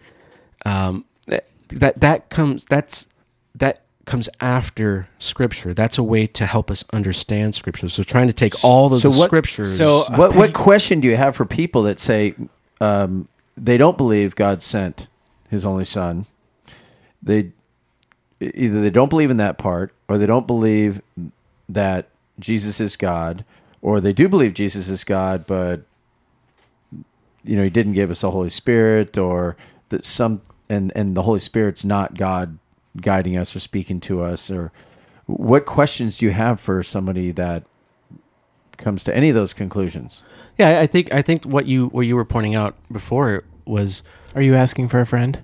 S1: um, that that- that comes that's that comes after Scripture. That's a way to help us understand Scripture. So trying to take all of
S3: So
S1: the
S3: what-
S1: Scriptures.
S2: so I
S3: what what
S2: think-
S3: question do you have for people that say um, they don't believe God sent His only Son? They either they don't believe in that part, or they don't believe that Jesus is God, or they do believe Jesus is God, but you know He didn't give us the Holy Spirit, or that some and and the Holy Spirit's not God guiding us or speaking to us, or what questions do you have for somebody that comes to any of those conclusions.
S1: yeah, I- I think I think what you what you were pointing out before was
S2: Are you asking for a friend?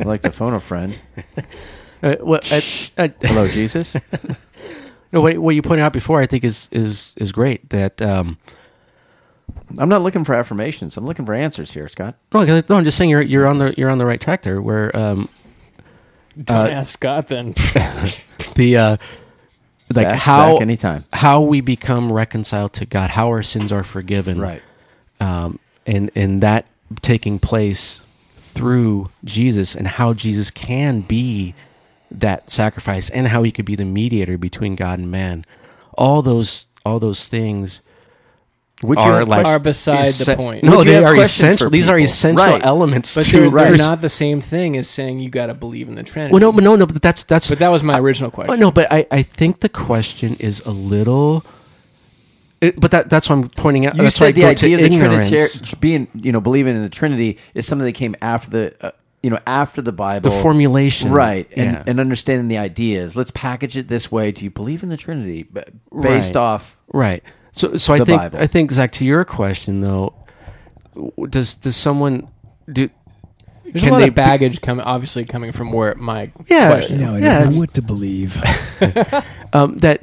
S3: I'd like to phone a friend.
S1: uh, what I, I,
S3: Hello, Jesus.
S1: no, what, what you pointed out before. I think is is is great that. Um,
S3: I'm not looking for affirmations. I'm looking for answers here, Scott.
S1: no, 'cause- no, I'm just saying you're you're on the you're on the right track there. Where um,
S2: Don't
S1: Uh,
S2: ask Scott then.
S1: the uh, like
S3: Zach,
S1: how
S3: Zach, anytime.
S1: how we become reconciled to God, how our sins are forgiven,
S3: Right.
S1: Um, and and that taking place through Jesus, and how Jesus can be that sacrifice, and how he could be the mediator between God and man. All those all those things
S3: Would
S1: are like
S2: Are beside the
S1: essen-
S2: point.
S1: No,
S3: Would you
S1: they
S3: have
S1: are
S3: questions
S1: essential.
S3: for
S1: These are
S3: people?
S1: essential
S3: Right.
S1: elements
S2: But
S1: to
S2: they're,
S3: right.
S2: they're not the same thing as saying you got to believe in the Trinity.
S1: Well, no, but no, no, but that's that's
S2: but that was my original question.
S1: Oh, no, but I, I think the question is a little. It, but that that's what I'm pointing out.
S3: you
S1: that's why I
S3: said the
S1: go
S3: idea
S1: to
S3: of the
S1: ignorance.
S3: Trinitarian being, you know, believing in the Trinity is something that came after the, uh, you know, after the
S1: the
S3: Bible,
S1: formulation,
S3: right? And
S1: yeah.
S3: and understanding the ideas. Let's package it this way. Do you believe in the Trinity? B- Based
S1: Right.
S3: off,
S1: right. So so I
S3: The
S1: think
S3: Bible.
S1: I think Zach to your question though, w- does does someone do
S2: There's
S1: Can
S2: a lot
S1: they
S2: of baggage coming, obviously coming from where my
S1: Yeah,
S2: question.
S4: No, I
S1: Yeah,
S4: don't
S1: it's-
S4: know what to believe.
S1: um, that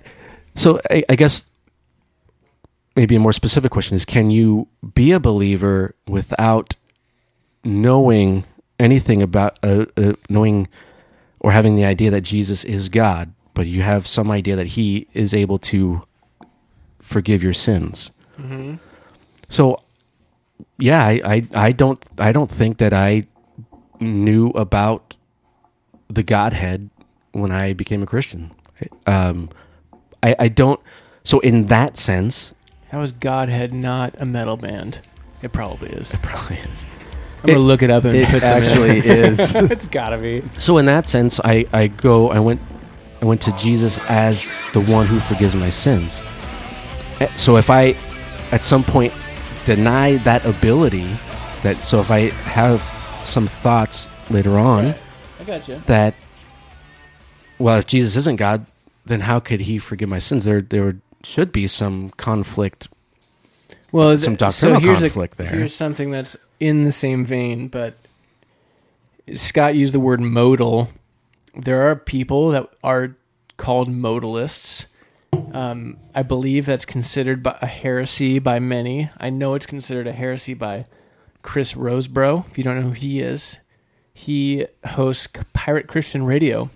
S1: so I, I guess maybe a more specific question is can you be a believer without knowing anything about uh, uh, knowing or having the idea that jesus is god but you have some idea that he is able to forgive your sins so yeah I, I i don't i don't think that i knew about the godhead when i became a christian um i i don't so in that sense
S2: How is Godhead not a metal band? It probably is.
S1: it probably is
S2: I'm gonna look it up and
S3: It
S2: put some in.
S3: actually is.
S2: it's gotta be.
S1: so in that sense i i go i went i went to jesus as the one who forgives my sins Eh, so if i at some point deny that ability that so if i have some thoughts later on
S2: I got you.
S1: that well if jesus isn't god then how could he forgive my sins there there should be some conflict
S2: Well,
S1: some
S2: th-
S1: doctrinal
S2: so here's
S1: conflict
S2: a,
S1: there.
S2: Here's something that's in the same vein, but Scott used the word modal. There are people that are called modalists. Um, I believe that's considered by- a heresy by many. I know it's considered a heresy by Chris Rosebro. If you don't know who he is, he hosts Pirate Christian Radio.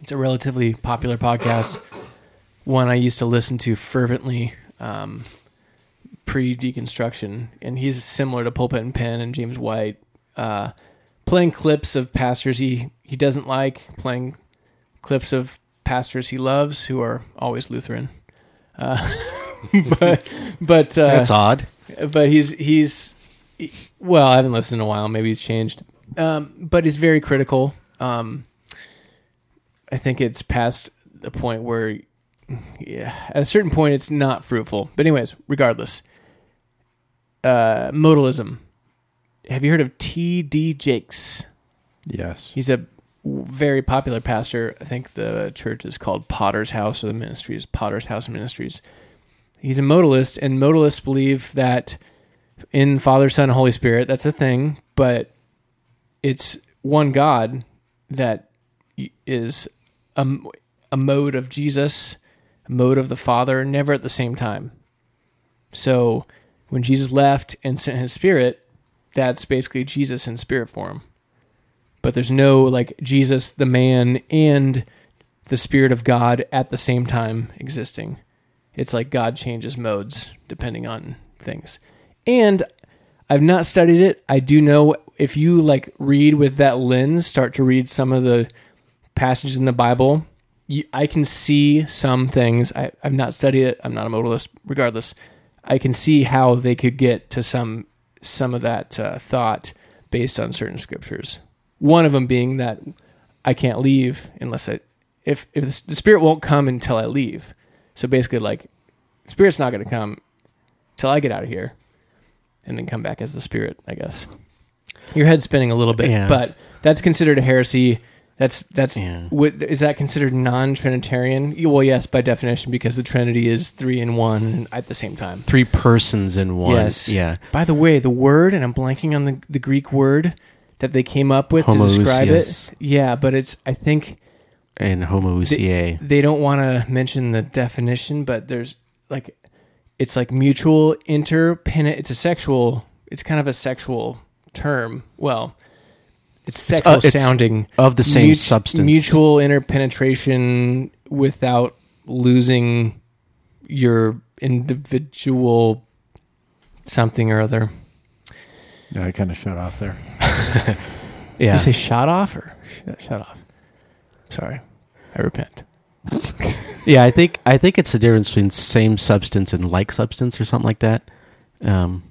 S2: It's a relatively popular podcast, one I used to listen to fervently. Um, pre deconstruction, and he's similar to Pulpit and Pen and James White, uh, playing clips of pastors he he doesn't like, playing clips of pastors he loves who are always Lutheran. Uh, but but uh,
S1: that's odd
S2: but he's he's he- well i haven't listened in a while maybe he's changed um, but he's very critical um, i think it's past the point where yeah, at a certain point it's not fruitful but anyways regardless uh, modalism have you heard of td jakes
S3: yes.
S2: He's a very popular pastor. I think the church is called Potter's House, or the ministry is Potter's House Ministries. He's a modalist, and modalists believe that in Father, Son, and Holy Spirit, that's a thing, but it's one God that y- is a, m- a mode of Jesus, a mode of the Father, never at the same time. So when Jesus left and sent his spirit, that's basically Jesus in spirit form but there's no like Jesus the man and the spirit of God at the same time existing. It's like God changes modes depending on things. And I've not studied it. I do know if you like read with that lens, start to read some of the passages in the Bible, you, I can see some things. I, I've not studied it. I'm not a modalist. Regardless, I can see how they could get to some some of that uh, thought based on certain scriptures. One of them being that I can't leave unless I if if the spirit won't come until I leave. So basically, like spirit's not going to come till I get out of here, and then come back as the spirit. I guess your head's spinning a little bit,
S1: Yeah.
S2: but that's considered a heresy. That's that's
S1: Yeah.
S2: what is that considered non-Trinitarian? Y- Well, yes, by definition, because the Trinity is three in one at the same time.
S1: three persons in one
S2: Yes.
S1: yeah
S2: By the way, the word, and I'm blanking on the, the Greek word that they came up with to describe
S1: Homoousios.
S2: it. Yeah, but it's I think
S1: and homoousier
S2: they don't want to mention the definition, but there's like it's like mutual interpenetrate. It's a sexual. It's kind of a sexual term. Well, it's sexual
S1: it's
S2: sounding
S1: of the same
S2: Mut-
S1: substance
S2: Mutual interpenetration without losing your individual something or other.
S3: Yeah, I kind of shut off there.
S1: yeah
S2: Did you say shot off or sh- shut off? Sorry. I repent.
S1: Yeah, I think I think it's the difference between same substance and like substance or something like that. Um,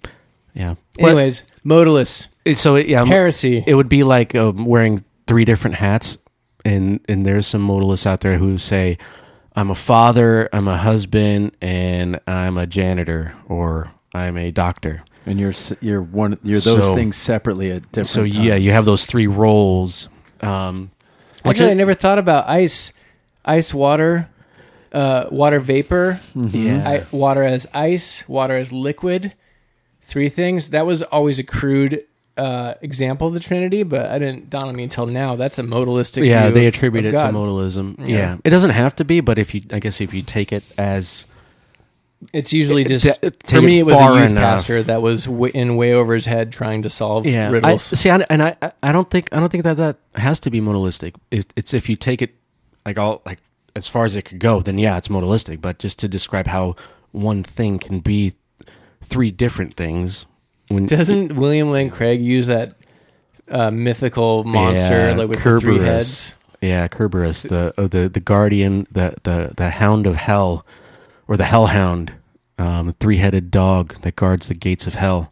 S1: yeah.
S2: Anyways, modalists,
S1: But- so it- yeah,
S2: heresy.
S1: it would be like um, wearing three different hats, and and there's some modalists out there who say, "I'm a father, I'm a husband, and I'm a janitor, or I'm a doctor."
S3: And you're s- you're one you're those
S1: So-
S3: things separately at different.
S1: So yeah, you have those three roles. Um, which
S2: Actually, I
S1: is-
S2: never thought about ice, ice water, uh, water vapor,
S1: Yeah.
S2: I, water as ice, water as liquid. Three things. That was always a crude uh, example of the Trinity, but I didn't dawn on me until now. That's a modalistic.
S1: yeah,
S2: view
S1: they
S2: of-
S1: attribute
S2: of
S1: it
S2: God.
S1: to modalism. Yeah.
S2: Yeah.
S1: it doesn't have to be, but if you, I guess, if you take it as
S2: It's usually just
S1: It- it-
S2: for
S1: take
S2: me.
S1: it
S2: It was a
S1: far
S2: youth
S1: enough.
S2: pastor that was w- in way over his head trying to solve
S1: I,
S2: riddles.
S1: see, I, and I, I- I don't think, I don't think that that has to be modalistic. It, it's if you take it like all like as far as it could go, then yeah, it's modalistic. But just to describe how one thing can be three different things. When
S2: Doesn't William Lane Craig use that uh, mythical monster
S1: Yeah,
S2: like with the three
S1: Kerberos.
S2: heads?
S1: Yeah, Kerberos, the uh, the the guardian, the the the hound of hell, or the hellhound, um, three headed dog that guards the gates of hell.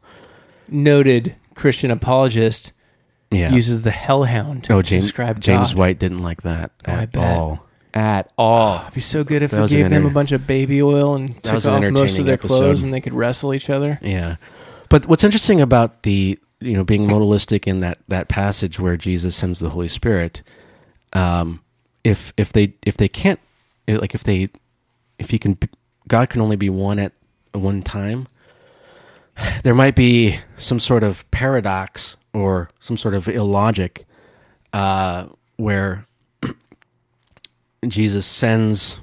S2: Noted Christian apologist
S1: Yeah.
S2: uses the hellhound.
S1: oh,
S2: to
S1: James
S2: describe
S1: James
S2: God.
S1: White didn't like that
S2: Oh, I
S1: at
S2: bet.
S1: all. At all.
S2: It'd be so good if
S1: That
S2: we
S1: was an
S2: gave them a
S1: enter-
S2: bunch of baby oil and took
S1: was
S2: off
S1: an
S2: most of
S1: entertaining
S2: their clothes
S1: episode.
S2: and they could wrestle each other.
S1: Yeah. But what's interesting about the you know being modalistic in that that passage where Jesus sends the Holy Spirit, um, if if they if they can't like if they if he can God can only be one at one time, there might be some sort of paradox or some sort of illogic uh, where Jesus sends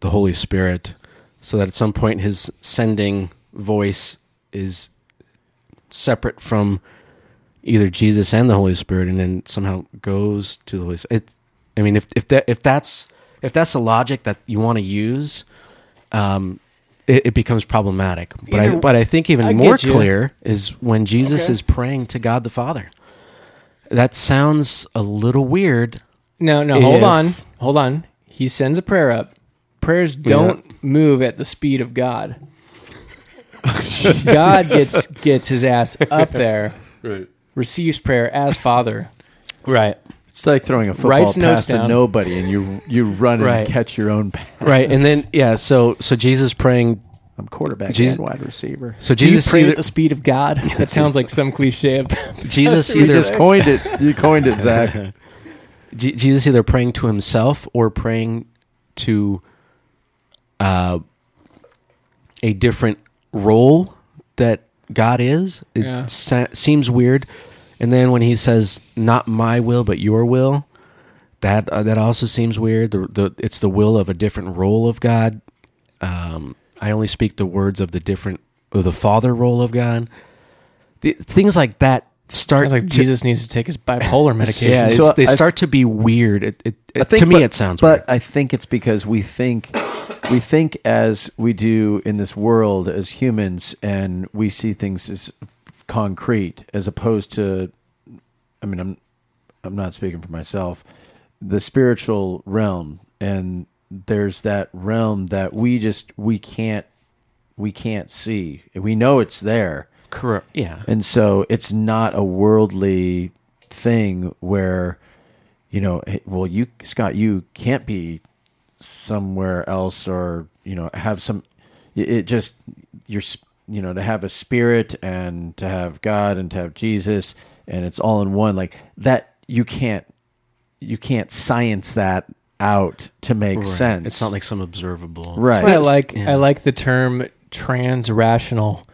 S1: the Holy Spirit so that at some point his sending voice is separate from either Jesus and the Holy Spirit, and then somehow goes to the Holy Spirit. It, I mean, if if that if that's if that's the logic that you want to use, um, it, it becomes problematic. But I
S2: Either-
S1: but I think even
S2: I
S1: more
S2: get you.
S1: clear is when Jesus
S2: Okay.
S1: is praying to God the Father. That sounds a little weird.
S2: No, no, hold
S1: If-
S2: on. Hold on. He sends a prayer up. Prayers don't move at the speed of God. God gets gets his ass up there,
S1: Right.
S2: receives prayer as Father.
S1: Right.
S3: It's like throwing a football
S2: Writes notes
S3: pass to
S2: down.
S3: nobody, and you you run
S1: Right.
S3: and catch your own pass.
S1: Right. And then yeah, so so Jesus praying
S3: I'm quarterback
S1: Jesus-
S3: and wide receiver.
S1: so
S2: Do you
S1: Jesus
S2: pray
S1: either,
S2: at the speed of God? That sounds like some cliche.
S1: Jesus
S3: You
S1: either
S3: just coined it. You coined it, Zach.
S1: Je- Jesus either praying to himself or praying to uh, a different role that God is. It
S2: Yeah.
S1: sa- seems weird. And then when he says, "Not my will, but your will," that uh, that also seems weird. The, the it's the will of a different role of God. Um, I only speak the words of the different of the Father role of God. The, things like that start
S2: Sounds like
S1: to-
S2: Jesus needs to take his bipolar medication.
S1: yeah,
S3: So
S1: it's- they
S3: I-
S1: start to be weird. It, it,
S3: I
S1: it-
S3: think-
S1: to me,
S3: but-
S1: it sounds.
S3: But
S1: weird.
S3: I think it's because we think we think as we do in this world as humans, and we see things as concrete as opposed to. I mean, I'm I'm not speaking for myself. The spiritual realm, and there's that realm that we just we can't we can't see. We know it's there.
S1: correct. Yeah,
S3: And so it's not a worldly thing where, you know, hey, well, you, Scott, you can't be somewhere else or, you know, have some, it- it just, you're, s- you know, to have a spirit and to have God and to have Jesus and it's all in one, like that, you can't, you can't science that out to make
S1: Right.
S3: sense.
S1: It's not like some observable.
S3: right.
S2: That's why I like
S1: Yeah.
S2: I like the term trans rational,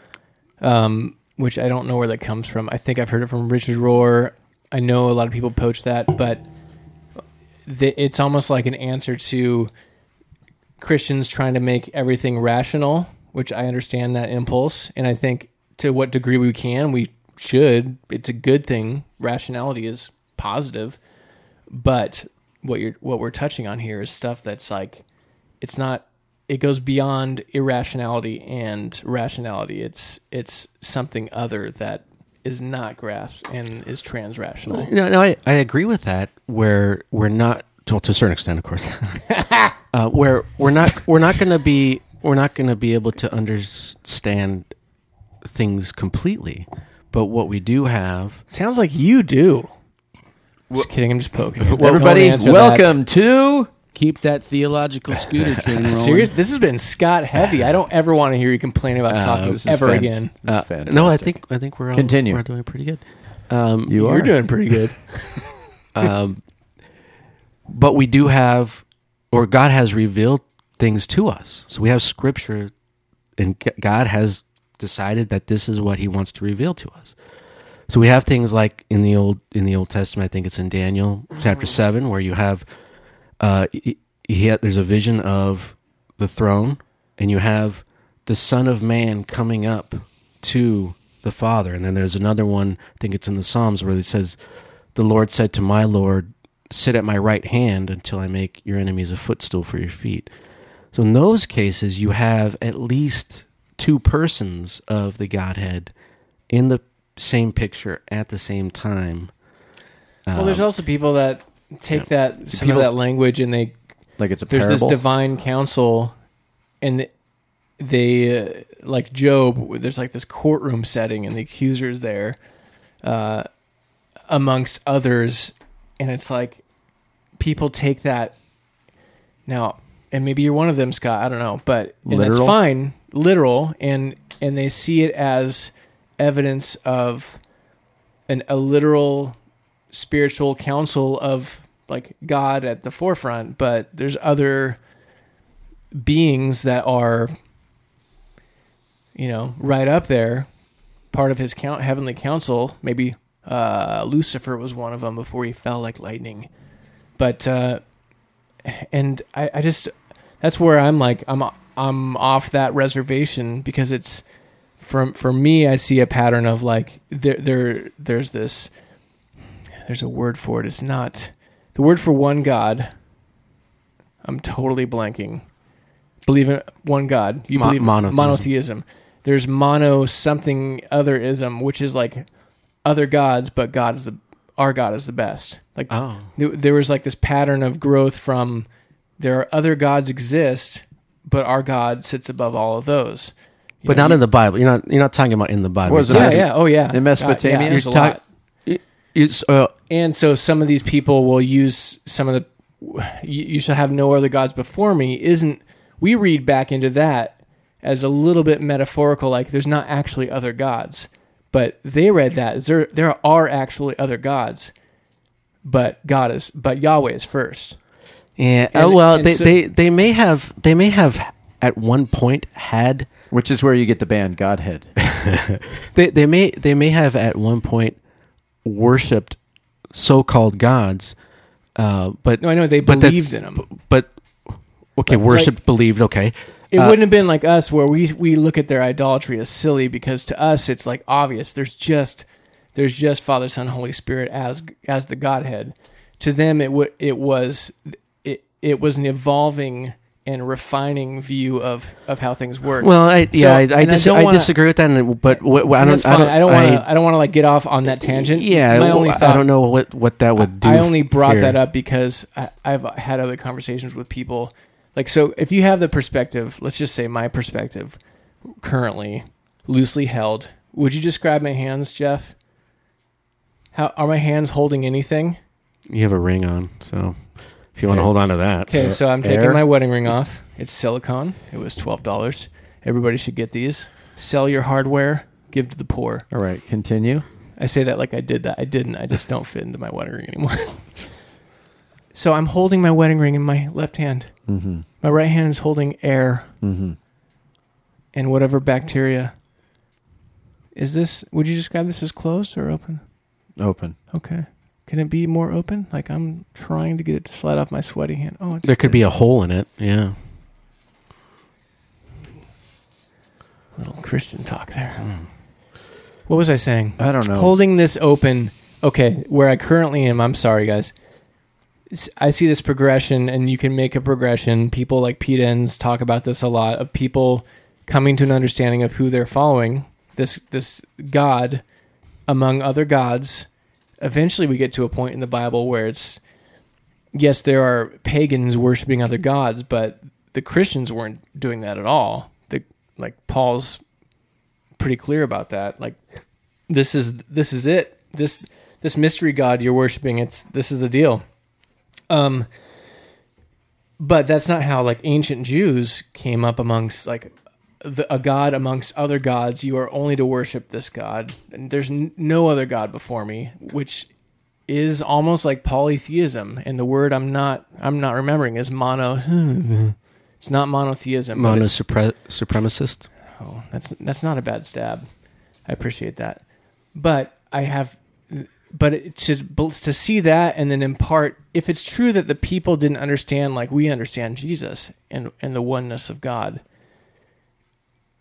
S2: um, which I don't know where that comes from. I think I've heard it from Richard Rohr. I know a lot of people poach that, but the, it's almost like an answer to Christians trying to make everything rational, which I understand that impulse, and I think to what degree we can, we should. It's a good thing. Rationality is positive, but what you're what we're touching on here is stuff that's like it's not it goes beyond irrationality and rationality it's it's something other that is not grasped and is transrational
S1: No, no, I, I agree with that. Where we're not, well, to a certain extent, of course, uh, where we're not, we're not going to be, we're not going to be able to understand things completely. But what we do have,
S2: sounds like you do just kidding i'm just poking you. Don't
S3: Everybody,
S2: answer that.
S3: welcome to
S4: Keep that theological scooter train rolling.
S2: Serious? This has been Scott Heavy. I don't ever want to hear you complain about tacos
S3: this is
S2: ever
S3: fan-
S2: again.
S3: This is
S1: uh,
S3: fantastic.
S1: no, I think, I think we're all,
S3: Continue.
S1: We're doing pretty good. Um,
S3: you
S2: You're
S3: are
S2: doing pretty good.
S1: um, but we do have, or God has revealed things to us. So we have scripture, and G- God has decided that this is what He wants to reveal to us. So we have things like in the old in the Old Testament, I think it's in Daniel chapter seven, where you have uh, he, he had, there's a vision of the throne, and you have the Son of Man coming up to the Father, and then there's another one. I think it's in the Psalms where it says, "The Lord said to my Lord, Sit at my right hand until I make your enemies a footstool for your feet." So in those cases, you have at least two persons of the Godhead in the same picture at the same time.
S2: Well, there's
S1: Um,
S2: also people that take that some
S1: People-
S2: of that language and they
S3: Like it's a
S2: there's
S3: parable.
S2: this divine counsel, and th- they uh, like Job. There's like this courtroom setting, and the accuser's there, uh, amongst others, and it's like people take that now, and maybe you're one of them, Scott. I don't know, but and that's
S3: Literal?
S2: fine, literal, and and they see it as evidence of an a literal spiritual counsel of like God at the forefront, but there's other beings that are, you know, right up there, part of his count, heavenly council. Maybe uh, Lucifer was one of them before he fell like lightning. But, uh, and I, I just, that's where I'm like, I'm, I'm off that reservation because it's, from for me, I see a pattern of like there, there, there's this, there's a word for it. It's not the word for one God. I'm totally blanking. Believe in one God. You
S1: Mo-
S2: believe
S1: monotheism.
S2: monotheism. Thereher mono something other ism, which is like other gods, but God is the our God is the best. Like
S1: Oh,
S2: there, there was like this pattern of growth from there are other gods exist, but our God sits above all of those. You
S1: but
S2: know,
S1: not in the Bible. You're not. You're not talking about in the Bible.
S3: Was
S1: You're
S3: it
S2: yeah,
S3: Mes-
S2: yeah, oh yeah.
S3: in Mesopotamia?
S2: Uh, yeah,
S3: You're
S2: there's a
S1: talk-
S2: lot.
S1: It's, uh,
S2: And so some of these people will use some of the you, you shall have no other gods before me isn't we read back into that as a little bit metaphorical like there's not actually other gods. But they read that as there there are actually other gods. But God is but Yahweh is first.
S1: yeah. oh
S2: And-
S1: well,
S2: and
S1: they,
S2: so-
S1: they they may have they may have at one point had
S3: which is where you get the band Godhead.
S1: they they may they may have at one point worshipped so-called gods, uh, but
S2: No, I know they
S1: But that's-
S2: believed in him.
S1: but okay, worshipped, believed, okay.
S2: It
S1: Uh,
S2: wouldn't have been like us where we we look at their idolatry as silly because to us it's like obvious. There's just there's just Father, Son, Holy Spirit as as the Godhead. To them it would it was it it was an evolving and refining view of of how things work.
S1: Well, I yeah, I,
S2: and
S1: I,
S2: I
S1: dis-
S2: don't
S1: I,
S2: wanna-
S1: disagree with that. And, but wh- wh- I
S2: And
S1: don't.
S2: that's fine. I don't, want to
S1: I-
S2: I don't want to like get off on that tangent.
S1: Yeah,
S2: my
S1: well,
S2: only
S1: I
S2: thought
S1: don't know what what that would do.
S2: I only brought
S1: here.
S2: that up because I, I've had other conversations with people. Like, so if you have the perspective, let's just say my perspective currently, loosely held, would you describe my hands, Jeff? How are my hands holding anything?
S1: You have a ring on, so if you want to
S3: Yeah.
S1: hold on to that,
S2: Okay, so I'm taking
S3: Air?
S2: my wedding ring off. It's silicone. It was twelve dollars. Everybody should get these. Sell your hardware. Give to the poor.
S3: All right, continue.
S2: I say that like I did that. I didn't. I just don't fit into my wedding ring anymore. so I'm holding my wedding ring in my left hand.
S3: Mm-hmm.
S2: My right hand is holding air
S3: Mm-hmm.
S2: and whatever bacteria. Is this, would you describe this as closed or open?
S3: Open.
S2: Okay. Can it be more open? Like I'm trying to get it to slide off my sweaty hand. Oh, it's
S1: there could be a hole in it. Yeah.
S2: a little Christian talk there. What was I saying?
S3: I don't know.
S2: Holding this open, okay, where I currently am, I'm sorry, guys. S- I see this progression, and you can make a progression. People like Pete Enns talk about this a lot of people coming to an understanding of who they're following this this God among other gods. Eventually, we get to a point in the Bible where it's yes, there are pagans worshiping other gods, but the Christians weren't doing that at all. The like Paul's pretty clear about that. Like this is this is it. This this mystery god you're worshiping, it's this is the deal. Um but that's not how like ancient Jews came up amongst like the, a god amongst other gods. You are only to worship this god, and there's n- no other god before me, which is almost like polytheism. And the word I'm not I'm not remembering is mono. It's not monotheism. but
S1: Mono
S2: it's-
S1: supre- supremacist.
S2: Oh, that's that's not a bad stab. I appreciate that. But I- I have, but it, to to see that and then in part, if it's true that the people didn't understand like we understand Jesus and and the oneness of God,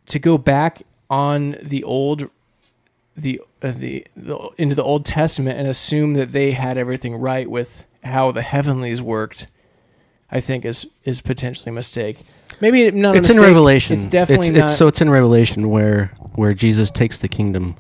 S2: to go back on the old, the uh, the, the into the Old Testament and assume that they had everything right with how the heavenlies worked. I think is is potentially a mistake. Maybe not. a
S1: it's in
S2: mistake.
S1: Revelation.
S2: It's definitely
S1: it's,
S2: not.
S1: so it's in Revelation where where Jesus takes the kingdom,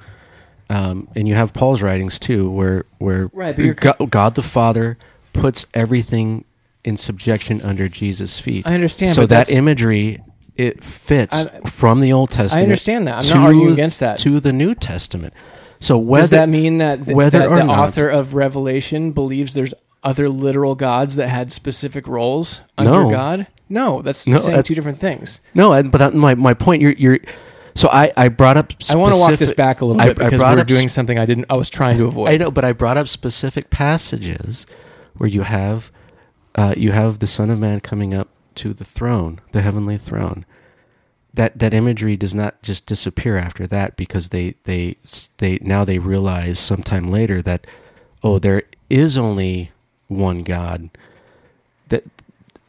S1: um, and you have Paul's writings too, where where
S2: Right, but you're-
S1: Go- God, the Father puts everything in subjection under Jesus' feet.
S2: I understand.
S1: so
S2: but
S1: that
S2: that's-
S1: imagery it fits
S2: I-
S1: from the Old Testament.
S2: I understand that. I'm not arguing against that.
S1: to the New Testament. So whether
S2: Does that mean that, th-
S1: whether
S2: that
S1: or
S2: the
S1: not-
S2: author of Revelation believes there's other literal gods that had specific roles under
S1: No.
S2: God? No, that's
S1: No,
S2: saying
S1: that's-
S2: two different things.
S1: no, I- but that- my my point. You're you're. So I I brought up.
S2: I want to walk this
S1: specific-
S2: back a little
S1: I-
S2: bit
S1: I
S2: because
S1: brought
S2: we're
S1: up sp-
S2: doing something I didn't. I was trying to avoid.
S1: I know, but I brought up specific passages where you have uh, you have the Son of Man coming up to the throne, the heavenly throne. That that imagery does not just disappear after that because they they they now they realize sometime later that oh there is only one God that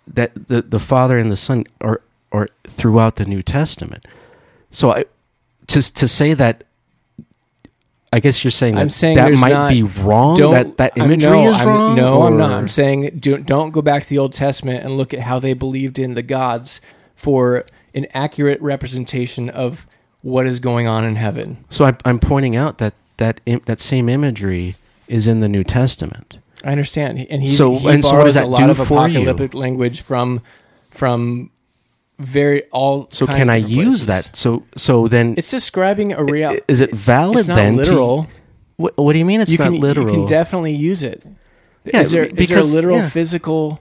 S1: that the the Father and the Son are are throughout the New Testament. So I to to say that. I guess you're saying that
S2: I'm saying
S1: that
S2: there's
S1: might
S2: not-
S1: be wrong.
S2: Don't
S1: that that
S2: I-
S1: imagery
S2: no,
S1: is
S2: I'm,
S1: wrong.
S2: No, I'm not.
S1: or-
S2: I'm saying do, don't go back to the Old Testament and look at how they believed in the gods for an accurate representation of what is going on in heaven.
S1: So I'm, I'm pointing out that that Im- that same imagery is in the New Testament.
S2: I understand, and he's,
S1: So-
S2: he
S1: and so what
S2: borrows
S1: does that
S2: a lot
S1: do
S2: of
S1: for you?
S2: apocalyptic language from from very all.
S1: So
S2: kinds
S1: can
S2: of
S1: I
S2: different
S1: use
S2: places.
S1: that? So so then
S2: It's describing a real.
S1: i- is it valid
S2: it's not
S1: then? to-
S2: literal.
S1: what, what do you mean it's
S2: you
S1: not
S2: can
S1: literal?
S2: you can definitely use it. Is
S1: Yeah,
S2: there, is there a
S1: because-
S2: literal
S1: yeah.
S2: physical?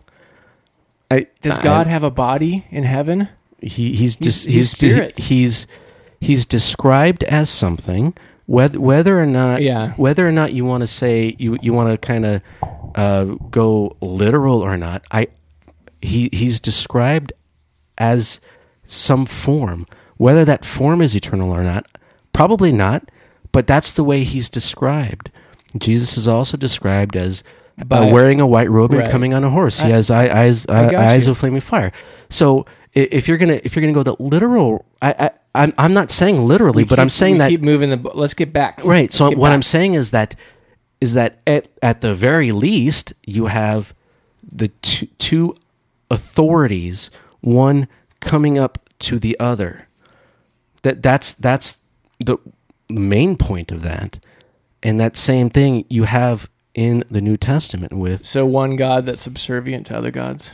S1: I-
S2: Does
S1: I-
S2: God have a body in heaven?
S1: he he's
S2: He's-
S1: he's
S2: he's
S1: he's
S2: spirit.
S1: he's, he's described as something whether whether or not
S2: Yeah.
S1: whether or not you want to say you you want to kind of uh, go literal or not I he he's described as some form whether that form is eternal or not probably not but that's the way he's described Jesus is also described as uh,
S2: By-
S1: wearing a white robe
S2: Right.
S1: and coming on a horse he
S2: I-
S1: has eye, eyes
S2: I got
S1: uh, eyes
S2: you.
S1: of flaming fire. So i- if you're gonna if you're gonna go the literal, I, I I'm I'm not saying literally,
S2: We
S1: but I'm
S2: keep-
S1: saying
S2: we
S1: that
S2: keep moving the. bo- Let's get back.
S1: right.
S2: Let's
S1: So
S2: get
S1: what
S2: back.
S1: I'm saying is that is that at at the very least you have the two, two authorities, one coming up to the other. That that's that's the main point of that, and that same thing you have in the New Testament with
S2: So one God that's subservient to other gods.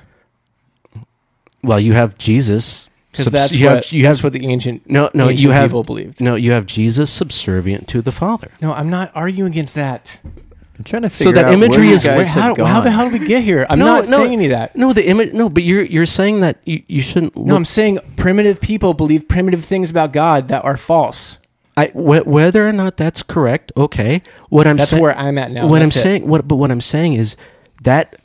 S1: well you have Jesus.
S2: Because
S1: Subs-
S2: that's
S1: you
S2: what
S1: have, you have
S2: that's what the ancient
S1: No, no,
S2: ancient
S1: you have
S2: people believed.
S1: no, you have Jesus subservient to the Father.
S2: No, I'm not arguing against that.
S3: I'm trying to figure
S1: So that
S3: out
S1: imagery
S3: where you
S1: is-
S3: guys
S2: Wait,
S3: have
S2: how, how
S3: gone.
S2: the hell did we get here? I'm
S1: No,
S2: not
S1: no.
S2: saying any of that.
S1: No, the image. No, but you're you're saying that you, you shouldn't.
S2: No, I'm
S1: look-
S2: saying primitive people believe primitive things about God that are false.
S1: I- wh- whether or not that's correct. Okay, what I'm
S2: That's
S1: saying-
S2: where I'm at now.
S1: What I'm
S2: That's it.
S1: saying, what but what I'm saying is that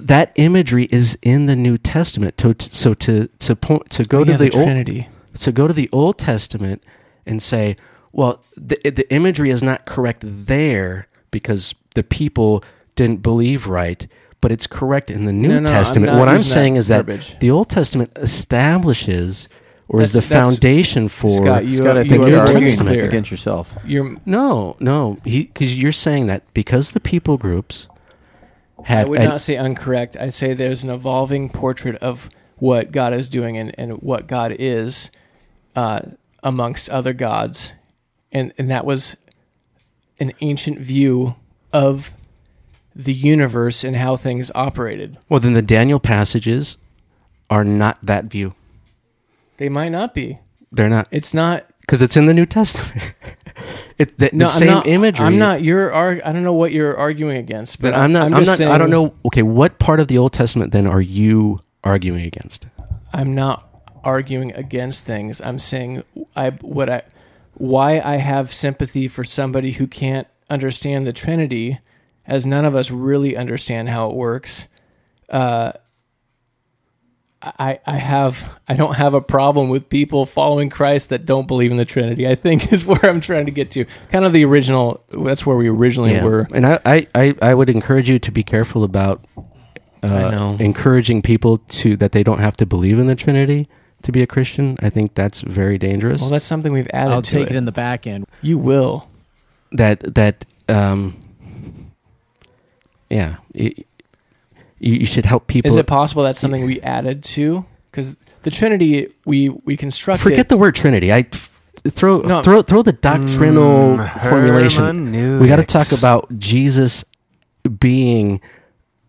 S1: that imagery is in the New Testament. To, so to to point to go
S2: Oh,
S1: to
S2: yeah,
S1: the, Old
S2: Trinity.
S1: so go to the Old Testament and say, well, the, the imagery is not correct there because the people didn't believe right, but it's correct in the New
S2: No, no, I'm
S1: Testament.
S2: not
S1: what I'm
S2: using that
S1: saying is that
S2: verbiage.
S1: the Old Testament establishes or is the
S2: That's- that's-
S1: foundation for.
S2: Scott, you,
S3: Scott, I
S2: you
S3: think
S2: are
S3: you're
S1: Old
S2: being
S3: arguing
S1: Testament.
S2: clear.
S3: against yourself.
S2: You're,
S1: no, no, because you're saying that because the people groups
S2: I
S1: had
S2: would
S1: an-
S2: not say incorrect. I say there's an evolving portrait of what God is doing and, and what God is uh, amongst other gods, and and that was an ancient view of the universe and how things operated.
S1: well, then the Daniel passages are not that view.
S2: They might not be.
S1: They're not
S2: It's not
S1: because it's in the New Testament. it the,
S2: no,
S1: the
S2: I'm
S1: same
S2: not,
S1: imagery.
S2: I'm not. You're. Arg- I don't know what you're arguing against. But
S1: Then I'm not. I'm,
S2: just
S1: not.
S2: Saying,
S1: I don't know. Okay, what part of the Old Testament then are you arguing against?
S2: I'm not arguing against things. I'm saying I what I why I have sympathy for somebody who can't understand the Trinity, as none of us really understand how it works. Uh, I, I have I don't have a problem with people following Christ that don't believe in the Trinity. I think is where I'm trying to get to. Kind of the original. That's where we originally were.
S1: And I, I, I, I would encourage you to be careful about
S2: I know.
S1: uh, encouraging people to that they don't have to believe in the Trinity to be a Christian. I think that's very dangerous.
S2: Well, that's something we've added
S3: I'll
S2: to
S3: take
S2: it.
S3: it. in the back end.
S2: You will.
S1: that that um, yeah, it, you, you should help people.
S2: Is it possible that's something we added to? Because the Trinity we we constructed.
S1: Forget the word Trinity. I f- throw
S2: No.
S1: throw throw the doctrinal formulation. We got to talk
S5: hermeneutics.
S1: about Jesus being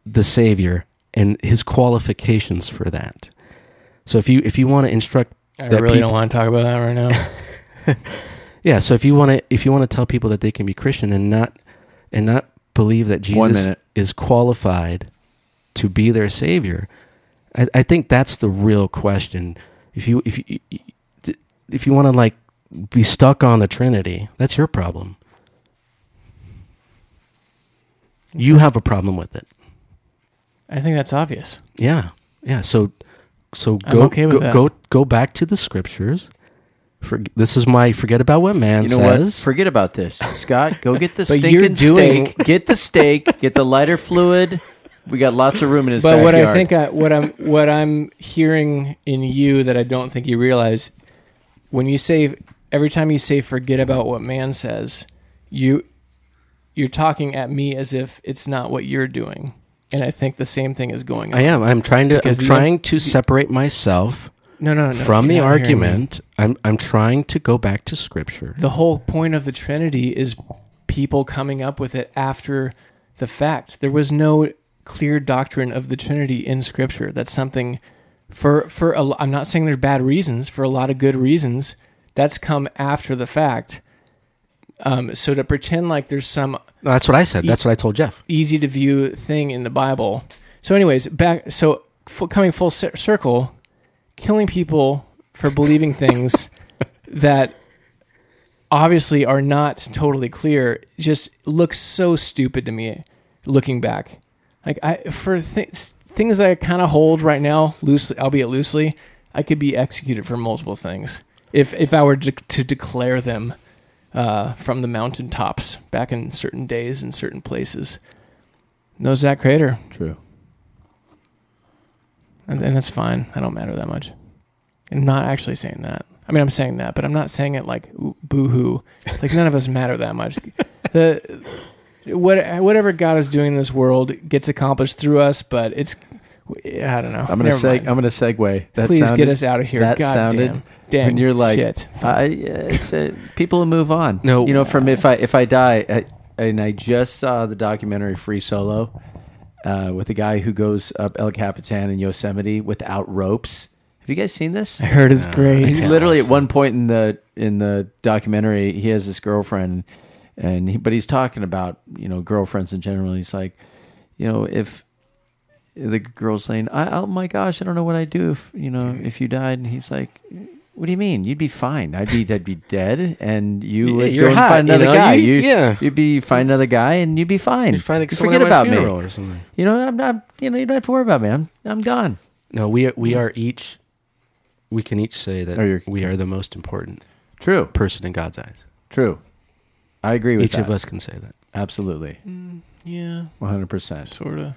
S1: the Savior and his qualifications for that. So if you if you want to instruct
S2: I
S1: that
S2: really
S1: people-
S2: don't want to talk about that right now.
S1: Yeah, so if you want to if you want to tell people that they can be Christian and not and not believe that
S3: One
S1: Jesus
S3: minute.
S1: is qualified to be their savior, I, I think that's the real question. If you if you if you want to like be stuck on the Trinity, that's your problem. You have a problem with it.
S2: I think that's obvious.
S1: Yeah, yeah. So, so
S2: I'm
S1: go
S2: okay with
S1: go,
S2: that.
S1: go go back to the scriptures. For, this is my forget about what man
S3: You know
S1: says.
S3: what? Forget about this, Scott. Go get the
S2: But you're doing-
S3: stinking steak. Get the steak. Get the lighter fluid. We got lots of room in his
S2: But
S3: backyard.
S2: what I think I, what I'm what I'm hearing in you that I don't think you realize when you say every time you say forget about what man says, you you're talking at me as if it's not what you're doing. And I think the same thing is going on.
S1: I am. I'm trying to.
S2: Because
S1: I'm
S2: you-
S1: trying to separate myself
S2: no, no, no.
S1: from the
S2: you're not hearing me.
S1: argument. I'm. I'm trying to go back to scripture.
S2: The whole point of the Trinity is people coming up with it after the fact. There was no clear doctrine of the Trinity in Scripture. That's something for for a, lo- I'm not saying there's bad reasons for a lot of good reasons. That's come after the fact. Um, so to pretend like there's some
S1: No, that's what I said. That's what I told Jeff.
S2: easy to view thing in the Bible. So, anyways, back so f- coming full cir- circle, killing people for believing things that obviously are not totally clear just looks so stupid to me looking back. Like I for th- things that I kind of hold right now loosely, albeit loosely, I could be executed for multiple things if if I were to, to declare them uh, from the mountaintops back in certain days and certain places. No Zach Crater,
S3: true.
S2: and, and that's fine. I don't matter that much. I'm not actually saying that. I mean, I'm saying that, but I'm not saying it like ooh, boo-hoo. It's like none of us matter that much. The what whatever God is doing in this world gets accomplished through us, but it's I don't know.
S3: I'm gonna
S2: Never
S3: seg-
S2: mind.
S3: I'm gonna segue. That
S2: Please
S3: sounded,
S2: get us out of here.
S3: that
S2: God
S3: sounded-
S2: damn, dang.
S3: when you're like,
S2: shit.
S3: I, it's uh people move on.
S1: No.
S3: you know, from if I if I die, I, and I just saw the documentary Free Solo uh, with the guy who goes up El Capitan in Yosemite without ropes. Have you guys seen this?
S2: I heard it's great.
S3: He
S1: Yeah,
S3: literally at
S1: absolutely.
S3: one point in the in the documentary, he has this girlfriend, and he, but he's talking about you know girlfriends in general. He's like, you know, if the girl's saying, I, "Oh my gosh, I don't know what I'd do if you know if you died," and he's like. What do you mean? You'd be fine. I'd be, I'd be dead, and you would
S1: You're
S3: go and
S1: hot,
S3: find
S1: you
S3: another
S1: know,
S3: guy.
S1: you-
S3: You'd-
S1: yeah.
S3: you'd be find another guy, and you'd be fine. forget about me.
S1: or something.
S3: You know, I'm not. You know, you don't have to worry about me. I'm, I'm gone.
S1: No, we are, we are each. We can each say that
S3: Oh, you're-
S1: we are the most important
S3: True,
S1: person in God's eyes.
S3: true. I agree with
S1: Each
S3: that.
S1: of us can say that.
S3: Absolutely,
S2: Mm, Yeah,
S3: one hundred percent.
S2: sort of.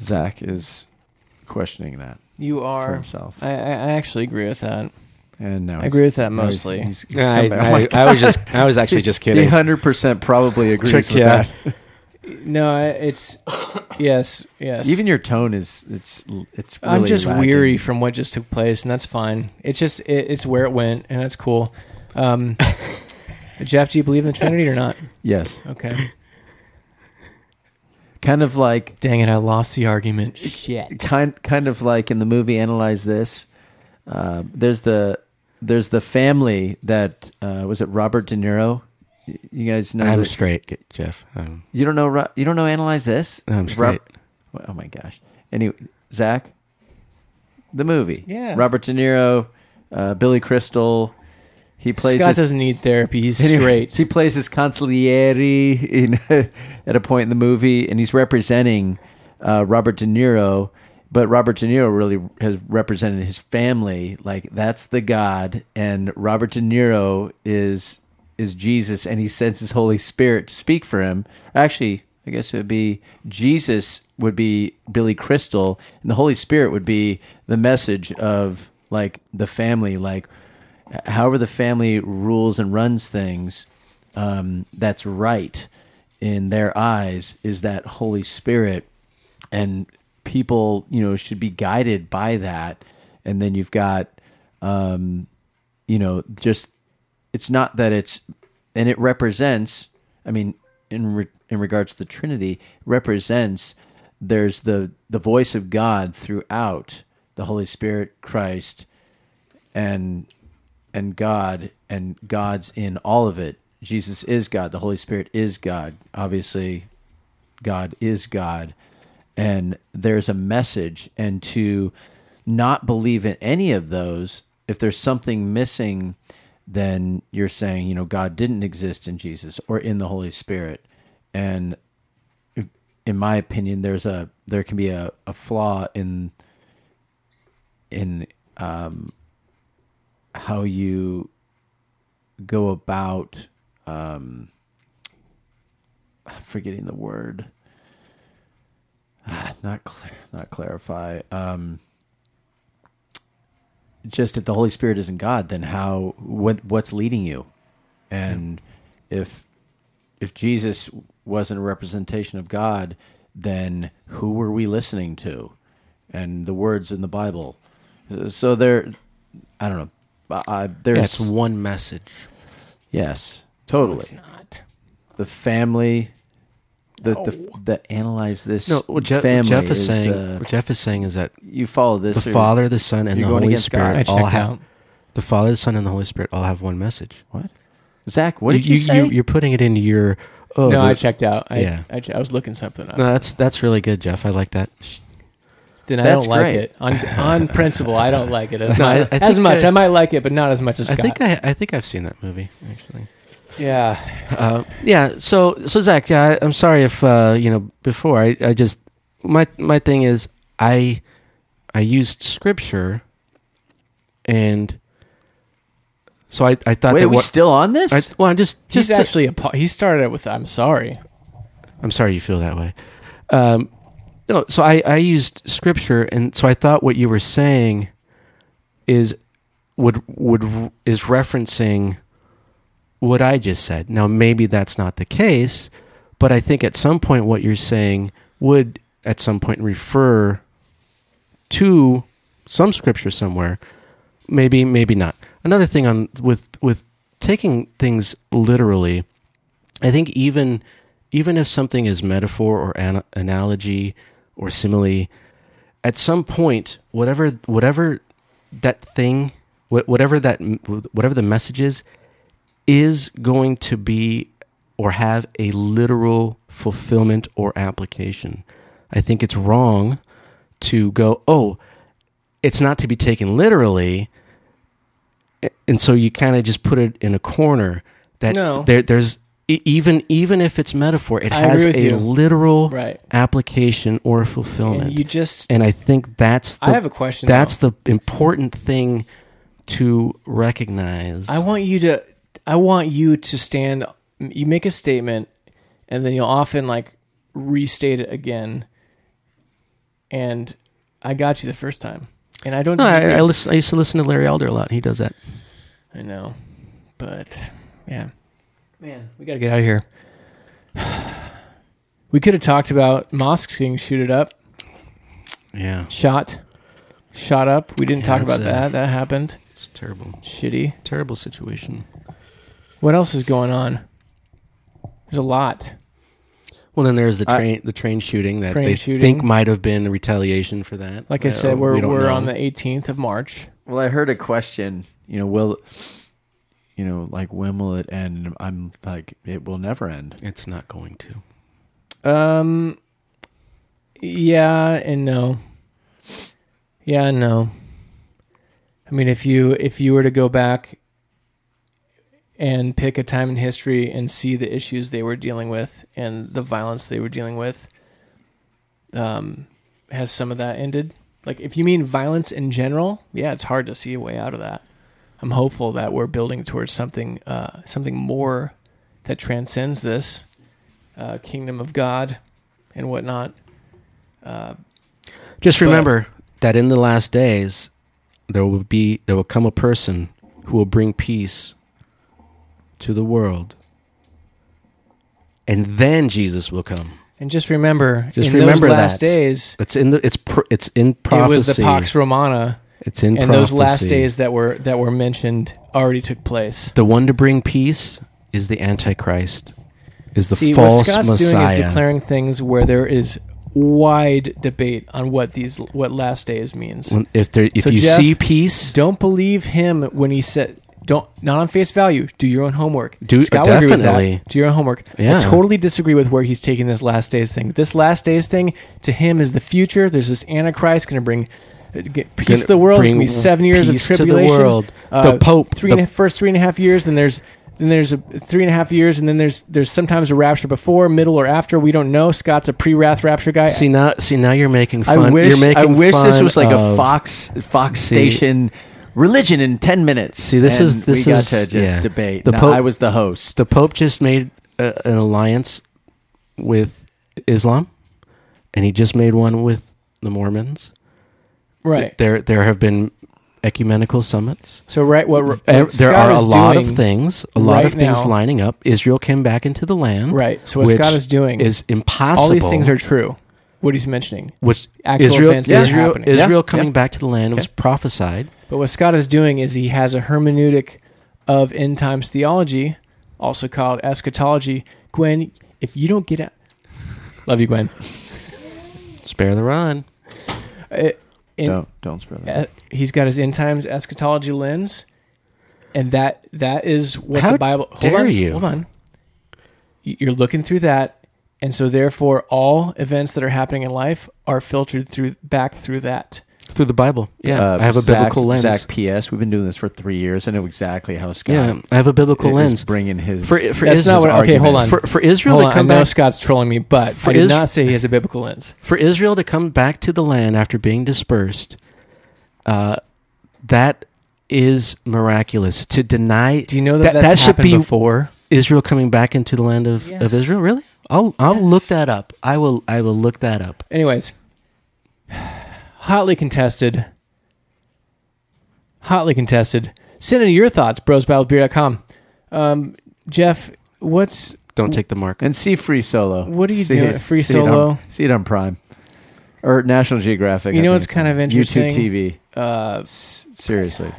S3: Zach is questioning that
S2: You
S3: for
S2: are.
S3: himself,
S2: I, I I actually agree with that.
S3: and now
S2: I agree with that
S3: now
S2: mostly.
S3: He's, he's, he's
S1: I,
S3: come back. Oh I'm like,
S1: was just. I was actually just
S3: he
S1: kidding.
S3: hundred percent probably agrees
S1: Tricked
S3: with
S1: ya.
S3: that.
S2: No, I- it's yes, yes.
S3: Even your tone is it's it's. Really
S2: I'm just
S3: lacking.
S2: weary from what just took place, and that's fine. It's just it, it's where it went, and that's cool. Um, Jeff, do you believe in the Trinity or not?
S3: Yes,
S2: Okay.
S3: kind of like
S2: Dang it, I lost the argument. Shit.
S3: kind kind of like in the movie Analyze This. Uh, there's the there's the family that uh, was it Robert De Niro. Y- You guys know
S1: I'm
S3: the-
S1: straight, Ge- Jeff. Um,
S3: you don't know Ro- you don't know Analyze This.
S1: I'm
S3: Rob-
S1: straight.
S3: Well, oh my gosh. Anyway, Zach, the movie.
S2: Yeah.
S3: Robert De Niro, uh, Billy Crystal. He plays.
S2: Scott
S3: this,
S2: doesn't need therapy. He's
S3: Anyway,
S2: straight.
S3: He plays this consigliere in, at a point in the movie, and he's representing uh, Robert De Niro But Robert De Niro really has represented his family like that's the God, and Robert De Niro is is Jesus, and he sends his Holy Spirit to speak for him. Actually, I guess it would be Jesus would be Billy Crystal, and the Holy Spirit would be the message of like the family, like however the family rules and runs things, um, that's right in their eyes is that Holy Spirit, and people you know should be guided by that. And then you've got, um, you know, just it's not that it's and it represents. I mean, in re, in regards to the Trinity, represents there's the the voice of God throughout the Holy Spirit, Christ, and and God and God's in all of it. Jesus is God. The Holy Spirit is God. Obviously, God is God. And there's a message. And to not believe in any of those, if there's something missing, then you're saying, you know, God didn't exist in Jesus or in the Holy Spirit. And if- in my opinion, there's a there can be a, a flaw in in um, how you go about um I'm forgetting the word Ah, not clear not clarify um just if the holy spirit isn't god then how what what's leading you and if if jesus wasn't a representation of god then who were we listening to and the words in the bible so there i don't know I, I- there's
S1: That's one message.
S3: Yes, totally.
S2: It's not.
S3: The family, the, the the analyze this.
S1: No, what Je-
S3: family
S1: Jeff is, saying.
S3: uh,
S1: what Jeff is saying is that
S3: you follow this.
S1: the
S3: or-
S1: Father, the Son, and the
S3: you're going
S1: Holy
S3: against God.
S2: I
S1: Spirit
S2: checked
S1: all have
S2: out.
S1: the Father, the Son, and the Holy Spirit all have one message.
S3: What? Zach, what did
S1: you,
S3: you, say?
S1: are putting it into your. Oh,
S2: no,
S1: the-
S2: I checked out. I,
S1: Yeah.
S2: I, che- I was looking something up.
S1: No, that's that's really good, Jeff. I like that.
S2: then I
S3: that's
S2: don't like
S3: great.
S2: it. On, on principle, I don't like it as,
S1: No, I- I
S2: much.
S1: think
S2: as much.
S1: I-
S2: I, might like it, but not as much as Scott.
S1: I think I, I think I've seen that movie actually.
S2: yeah.
S1: Uh, yeah. So so Zach, yeah, I, I'm sorry if uh, you know before I, I just my my thing is I I used scripture and so I I thought
S3: Wait,
S1: that
S3: are we
S1: what
S3: still on this?
S1: I, well I'm just just
S2: Just
S1: to-
S2: actually, a, po- he started it with, I'm sorry.
S1: I'm sorry you feel that way. Um, no, so I, I used scripture, and so I thought what you were saying is would would is referencing what I just said. Now maybe that's not the case, but I think at some point what you're saying would at some point refer to some scripture somewhere. Maybe maybe not. Another thing on with with taking things literally. I think even even if something is metaphor or an- analogy or simile, at some point, whatever whatever that thing, wh- whatever that m- whatever the message is, is going to be or have a literal fulfillment or application. I think it's wrong to go, oh, it's not to be taken literally, a- and so you kind of just put it in a corner. That
S2: No.
S1: there, there's e- even even if it's metaphor, it
S2: I
S1: has
S2: agree with
S1: a
S2: you.
S1: literal
S2: Right.
S1: application or fulfillment.
S2: And you just,
S1: And I think that's the
S2: I have a question.
S1: that's the important thing to recognize.
S2: I want you to I want you to stand you make a statement and then you'll often like restate it again. And I got you the first time. And I don't
S1: no, I, I,
S2: disagree.
S1: listen, I used to listen to Larry Elder a lot. He does that.
S2: I know. But yeah. Man, we got to get out of here. We could have talked about mosques getting shooted up,
S1: Yeah,
S2: shot, shot up. We didn't
S1: Yeah,
S2: talk
S1: that's
S2: about
S1: a-
S2: that. That happened.
S1: it's terrible,
S2: Shitty.
S1: terrible situation.
S2: What else is going on? There's a lot.
S1: Well, then there's the
S3: I-
S1: train, the train shooting that
S2: Train
S1: they
S2: shooting.
S1: think might have been a retaliation for that.
S2: Like I
S1: Uh,
S2: said,
S1: we
S2: we're
S1: don't
S2: we're
S1: know.
S2: on the 18th of March.
S3: well, I heard a question. You know, will you know like when will it end? I'm like it will never end.
S1: It's not going to.
S2: Um, yeah and no. Yeah and no. I mean, if you if you were to go back and pick a time in history and see the issues they were dealing with and the violence they were dealing with, um, has some of that ended. Like, if you mean violence in general, yeah, it's hard to see a way out of that. I'm hopeful that we're building towards something, uh, something more that transcends this uh, kingdom of God and whatnot. Uh,
S1: Just
S2: But-
S1: remember that in the last days, there will be there will come a person who will bring peace to the world, and then Jesus will come.
S2: And just remember,
S1: Just
S2: in
S1: remember
S2: those last
S1: that.
S2: days,
S1: It's in the it's pr- it's in
S2: it was
S1: prophecy.
S2: the Pax Romana,
S1: it's in
S2: and
S1: prophecy.
S2: those last days that were that were mentioned already took place.
S1: the one to bring peace is the Antichrist, is the
S2: See,
S1: false
S2: what Scott's doing
S1: Messiah.
S2: is declaring things where there is wide debate on what these what last days means.
S1: When- if there, if
S2: So
S1: you
S2: Jeff,
S1: see peace,
S2: Don't believe him when he said don't not on face value. Do your own homework.
S1: Do- uh,
S2: Scott would agree with that.
S1: definitely.
S2: Do your own homework. I
S1: Yeah.
S2: totally disagree with where he's taking this last days thing. This last days thing to him is the future. There's this antichrist going to bring uh, get peace
S1: gonna
S2: to the world. It's
S1: bring
S2: going to be seven years of
S1: peace to the
S2: tribulation. Uh,
S1: world. The Pope,
S2: three
S1: the-
S2: and a- first three and a half years. Then there's then there's a three and a half years, and then there's there's sometimes a rapture before, middle, or after. We don't know. Scott's a pre-wrath rapture guy.
S1: see now, see now you're making
S3: I
S1: fun.
S3: wish,
S1: you're making
S3: I wish this
S1: fun
S3: was like a
S1: of-
S3: Fox Fox
S1: See-
S3: station religion in ten minutes.
S1: See, this is-
S3: And
S1: this
S3: we got
S1: is-
S3: to just
S1: yeah.
S3: debate.
S1: The
S3: No,
S1: Pope-
S3: I was the host.
S1: the Pope just made a, an alliance with Islam, and he just made one with the Mormons.
S2: right.
S1: There, there have been ecumenical summits.
S2: So right, what, what
S1: Eh, there
S2: Scott
S1: are a
S2: is
S1: lot
S2: doing,
S1: of things, a lot
S2: right
S1: of things
S2: now-
S1: lining up. Israel came back into the land.
S2: Right. So what
S1: which
S2: Scott is doing
S1: is impossible.
S2: all these things are true. What he's mentioning,
S1: which
S2: actual
S1: Israel,
S2: events that are
S1: Israel,
S2: happening.
S1: Israel
S3: Yeah,
S1: coming
S3: yeah.
S1: back to the land was
S3: Okay.
S1: prophesied.
S2: but what Scott is doing is he has a hermeneutic of end times theology, also called eschatology. Gwen, if you don't get out, love you, Gwen.
S1: Spare the rod.
S2: Uh, in-
S3: don't don't spread that.
S2: uh, he's got his end times eschatology lens, and that that is what
S1: How
S2: the Bible. Hold
S1: dare
S2: on,
S1: you.
S2: hold on. Y- You're looking through that, and so therefore, all events that are happening in life are filtered through back through that.
S1: Through the Bible. Yeah.
S3: Uh,
S1: I have a
S3: Zach-
S1: biblical lens.
S3: Zach P.S. We've been doing this for three years. I know exactly how Scott
S1: yeah. I have a biblical
S3: is
S1: lens.
S3: bringing his
S1: For, for
S2: That's
S1: Israel,
S2: not what. Okay, hold on.
S1: For, for Israel
S2: Hold
S1: to
S2: on,
S1: come
S2: I know
S1: back,
S2: Scott's trolling me, but
S1: For
S2: I did
S1: Is-
S2: not say he has a biblical lens.
S1: for Israel to come back to the land after being dispersed, uh, that is miraculous. To deny
S2: Do you know
S1: that
S2: that that's
S1: that should
S2: happened
S1: be
S2: before?
S1: Israel coming back into the land of,
S2: Yes.
S1: of Israel, really? I'll I'll look
S2: Yes.
S1: that up. I will I will look that up.
S2: Anyways, hotly contested. Hotly contested. Send in your thoughts, brosbiblebeer.com. Um, Jeff, what's
S1: Don't take the mark.
S3: and see Free Solo.
S2: What are you
S3: See
S2: doing?
S3: it-
S2: Free
S3: see it on-
S2: Solo?
S3: see it on Prime or National Geographic.
S2: You
S3: I
S2: know
S3: think
S2: what's kind of
S3: on
S2: interesting? Oh
S3: YouTube TV.
S2: uh,
S3: S- seriously,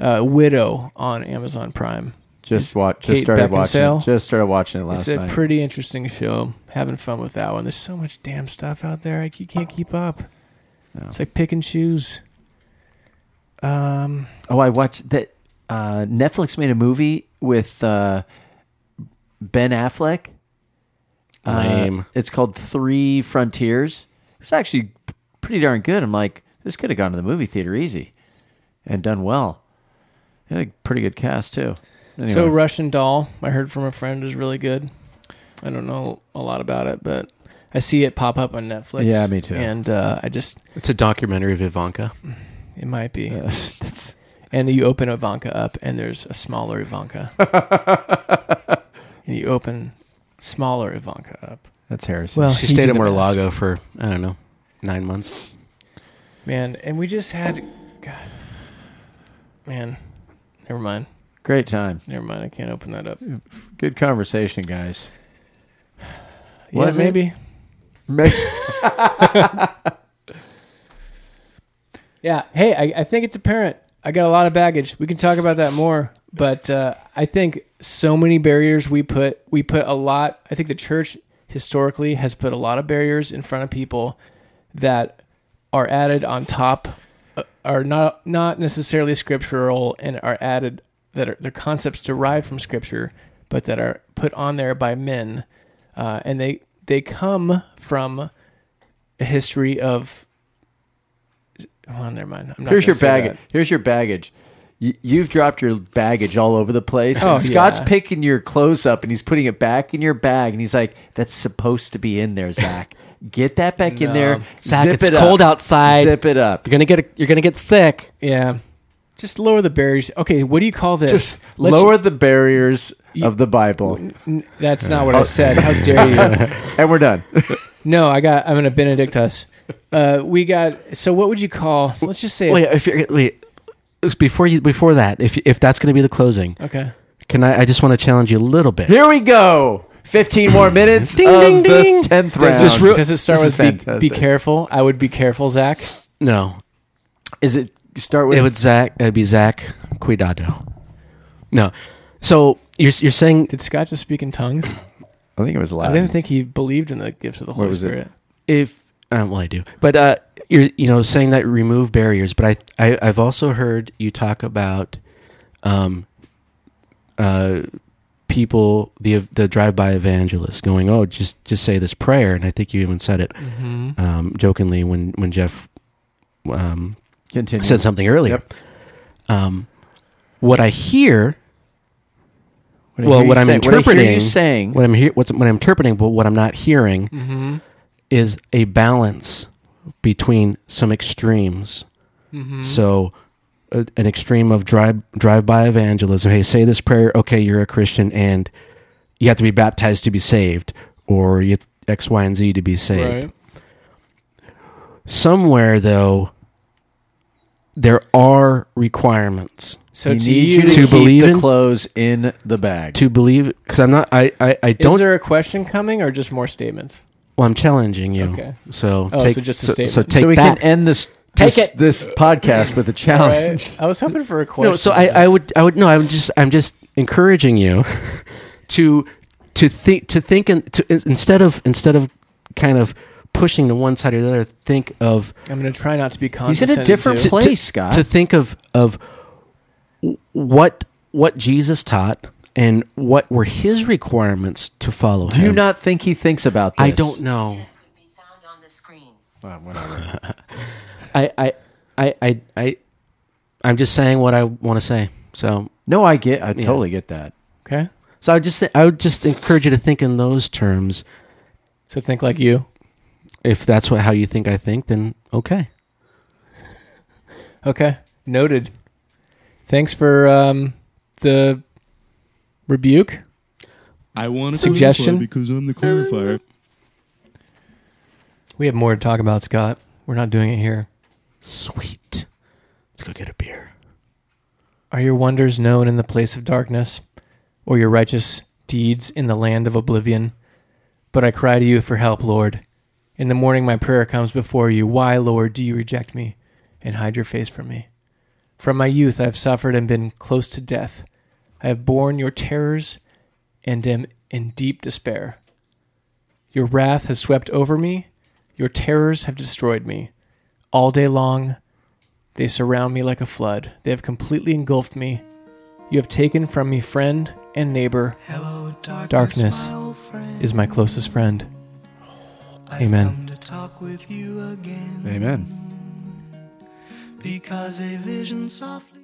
S2: uh, Widow on Amazon Prime?
S3: just watch.
S2: Kate
S3: Just started watching.
S2: Beckinsale?
S3: it. Just started watching it last
S2: it's a
S3: night.
S2: pretty interesting show. Having fun with that one. There's so much damn stuff out there. I, you can't keep up.
S3: No.
S2: It's like pick and choose. Um,
S3: Oh, I watched that. Uh, Netflix made a movie with uh, Ben Affleck. Uh,
S1: Lame.
S3: it's called Three Frontiers. It's actually p- pretty darn good. I'm like, this could have gone to the movie theater easy, and done well. It had a pretty good cast too. Anyway,
S2: So Russian Doll, I heard from a friend, is really good. I don't know a lot about it, but I see it pop up on Netflix.
S3: Yeah, me too.
S2: And uh, I just,
S1: It's a documentary of Ivanka.
S2: it might be.
S3: uh, that's
S2: And you open Ivanka up, and there's a smaller Ivanka. and you open smaller Ivanka up.
S3: that's Harrison.
S2: Well,
S1: she
S2: he
S1: stayed
S2: did
S1: at
S2: the math.
S1: Mar-a-Lago for I don't know nine months.
S2: Man, and we just had, God, man, never mind,
S3: great time.
S2: never mind. I can't open that up.
S3: Good conversation, guys.
S2: Yeah,
S3: Was it?
S2: maybe. Yeah. Hey, I, I think it's apparent. I got a lot of baggage. We can talk about that more, but uh, I think so many barriers we put we put a lot. I think the church historically has put a lot of barriers in front of people that are added on top, uh, are not not necessarily scriptural, and are added that are they're concepts derived from scripture, but that are put on there by men, uh, and they they come from a history of. Well, never mind. I'm not
S3: Here's
S2: gonna
S3: your
S2: say that.
S3: baggage. Here's your baggage. You, you've dropped your baggage all over the place.
S2: Oh,
S3: and Scott's
S2: yeah.
S3: picking your clothes up and he's putting it back in your bag, and he's like, "That's supposed to be in there, Zach. Get that back in
S2: No.
S3: there.
S4: Zach,
S3: Zip
S4: it's
S3: it
S4: cold
S3: up.
S4: outside.
S3: Zip it up.
S4: You're gonna get a, you're gonna get sick.
S2: Yeah. Just lower the barriers. Okay, what do you call this?
S3: Just
S2: Let's-
S3: lower the barriers
S2: You-
S3: of the Bible,
S2: N- That's not what I said. How dare you?
S3: and we're done.
S2: No, I got. I'm gonna Benedict us. Uh, we got. So what would you call? so let's just say.
S1: Wait, if you're, wait, before you before that, if if that's going to be the closing,
S2: Okay.
S1: can I? I just want to challenge you a little bit.
S3: Here we go. Fifteen more minutes
S1: Ding,
S3: of
S1: ding,
S3: the
S1: ding.
S3: tenth round.
S2: Does,
S1: Just
S2: it-
S1: real-
S2: does it start
S3: This is
S2: with be, be
S3: fantastic.
S2: careful? I would be careful, Zach.
S1: No,
S3: Is it start with?
S1: it would Zach. It'd be Zach Cuidado. No, so you're you're saying
S2: Did Scott just speak in tongues?
S3: I think it was
S2: I
S3: Latin.
S2: didn't think he believed in the gifts of the Holy
S3: was it?
S2: Spirit.
S1: if um, well I do, but uh, you're you know saying that remove barriers, but I, I I've also heard you talk about um uh people the the drive by evangelists going oh just just say this prayer, and I think you even said it
S2: Mm-hmm.
S1: um, jokingly when when Jeff um,
S3: Continue.
S2: Mm-hmm.
S1: said something earlier.
S3: Yep.
S1: Um, what I hear,
S3: I
S1: well,
S3: hear
S1: what
S3: you
S1: I'm
S3: saying- what I hear
S1: interpreting,
S3: you saying,
S1: what I'm hear, what's what I'm interpreting, but what I'm not hearing
S2: Mm-hmm.
S1: is a balance between some extremes.
S2: Mm-hmm.
S1: So, a, an extreme of drive drive by evangelism. Hey, say this prayer. Okay, you're a Christian, and you have to be baptized to be saved, or you have X, Y, and Z to be saved.
S2: right.
S1: Somewhere though, there are requirements
S2: So
S3: we
S2: to
S3: need
S2: you,
S3: you to,
S1: to
S3: keep
S1: believe
S3: the
S1: in-
S3: clothes in the bag.
S1: to believe. Because I'm not. I. I, I
S2: is
S1: don't.
S2: there a question coming or just more statements?
S1: well, I'm challenging you.
S2: Okay.
S1: So
S2: Oh,
S1: take.
S2: so just a
S1: so,
S2: statement.
S1: so take
S3: so we
S1: that.
S3: can end this
S1: Take
S3: this,
S1: it.
S3: this podcast with a
S2: All
S3: challenge.
S2: right. I was hoping for a question.
S1: no. So I. I would. I would. No. I'm just. I'm just encouraging you to to think to think and to in- instead of instead of kind of pushing to one side or the other, think of
S2: I'm going to try not to be
S3: He's
S2: condescending.
S3: in a different
S2: to-
S1: to-
S3: place, Scott.
S1: to think of of what what Jesus taught and what were his requirements to follow
S3: Do you
S1: him.
S3: not think he thinks about this?
S1: I don't know.
S5: be found on the screen.
S3: Well, whatever.
S1: I I I I, I I'm just saying what I want to say. So
S3: No, I get. I totally get that.
S2: Okay.
S1: so I would just th- I would just encourage you to think in those terms.
S2: So think like you.
S1: If that's what how you think I think, then okay.
S2: Okay. Noted. Thanks for um, the rebuke.
S6: I want to
S2: Suggestion?
S6: clarify because I'm the clarifier.
S2: We have more to talk about, Scott. We're not doing it here.
S1: Sweet. Let's go get a beer.
S2: Are your wonders known in the place of darkness, or your righteous deeds in the land of oblivion? But I cry to you for help, Lord. In the morning my prayer comes before you. Why, Lord, do you reject me and hide your face from me? From my youth I have suffered and been close to death. I have borne your terrors and am in deep despair. Your wrath has swept over me, your terrors have destroyed me. All day long they surround me like a flood. They have completely engulfed me. You have taken from me friend and neighbor.
S7: Hello, darkness,
S2: Darkness
S7: my old friend.
S2: Is my closest friend.
S7: I've
S2: Amen.
S7: come to talk with you again
S3: Amen.
S7: because a vision softly.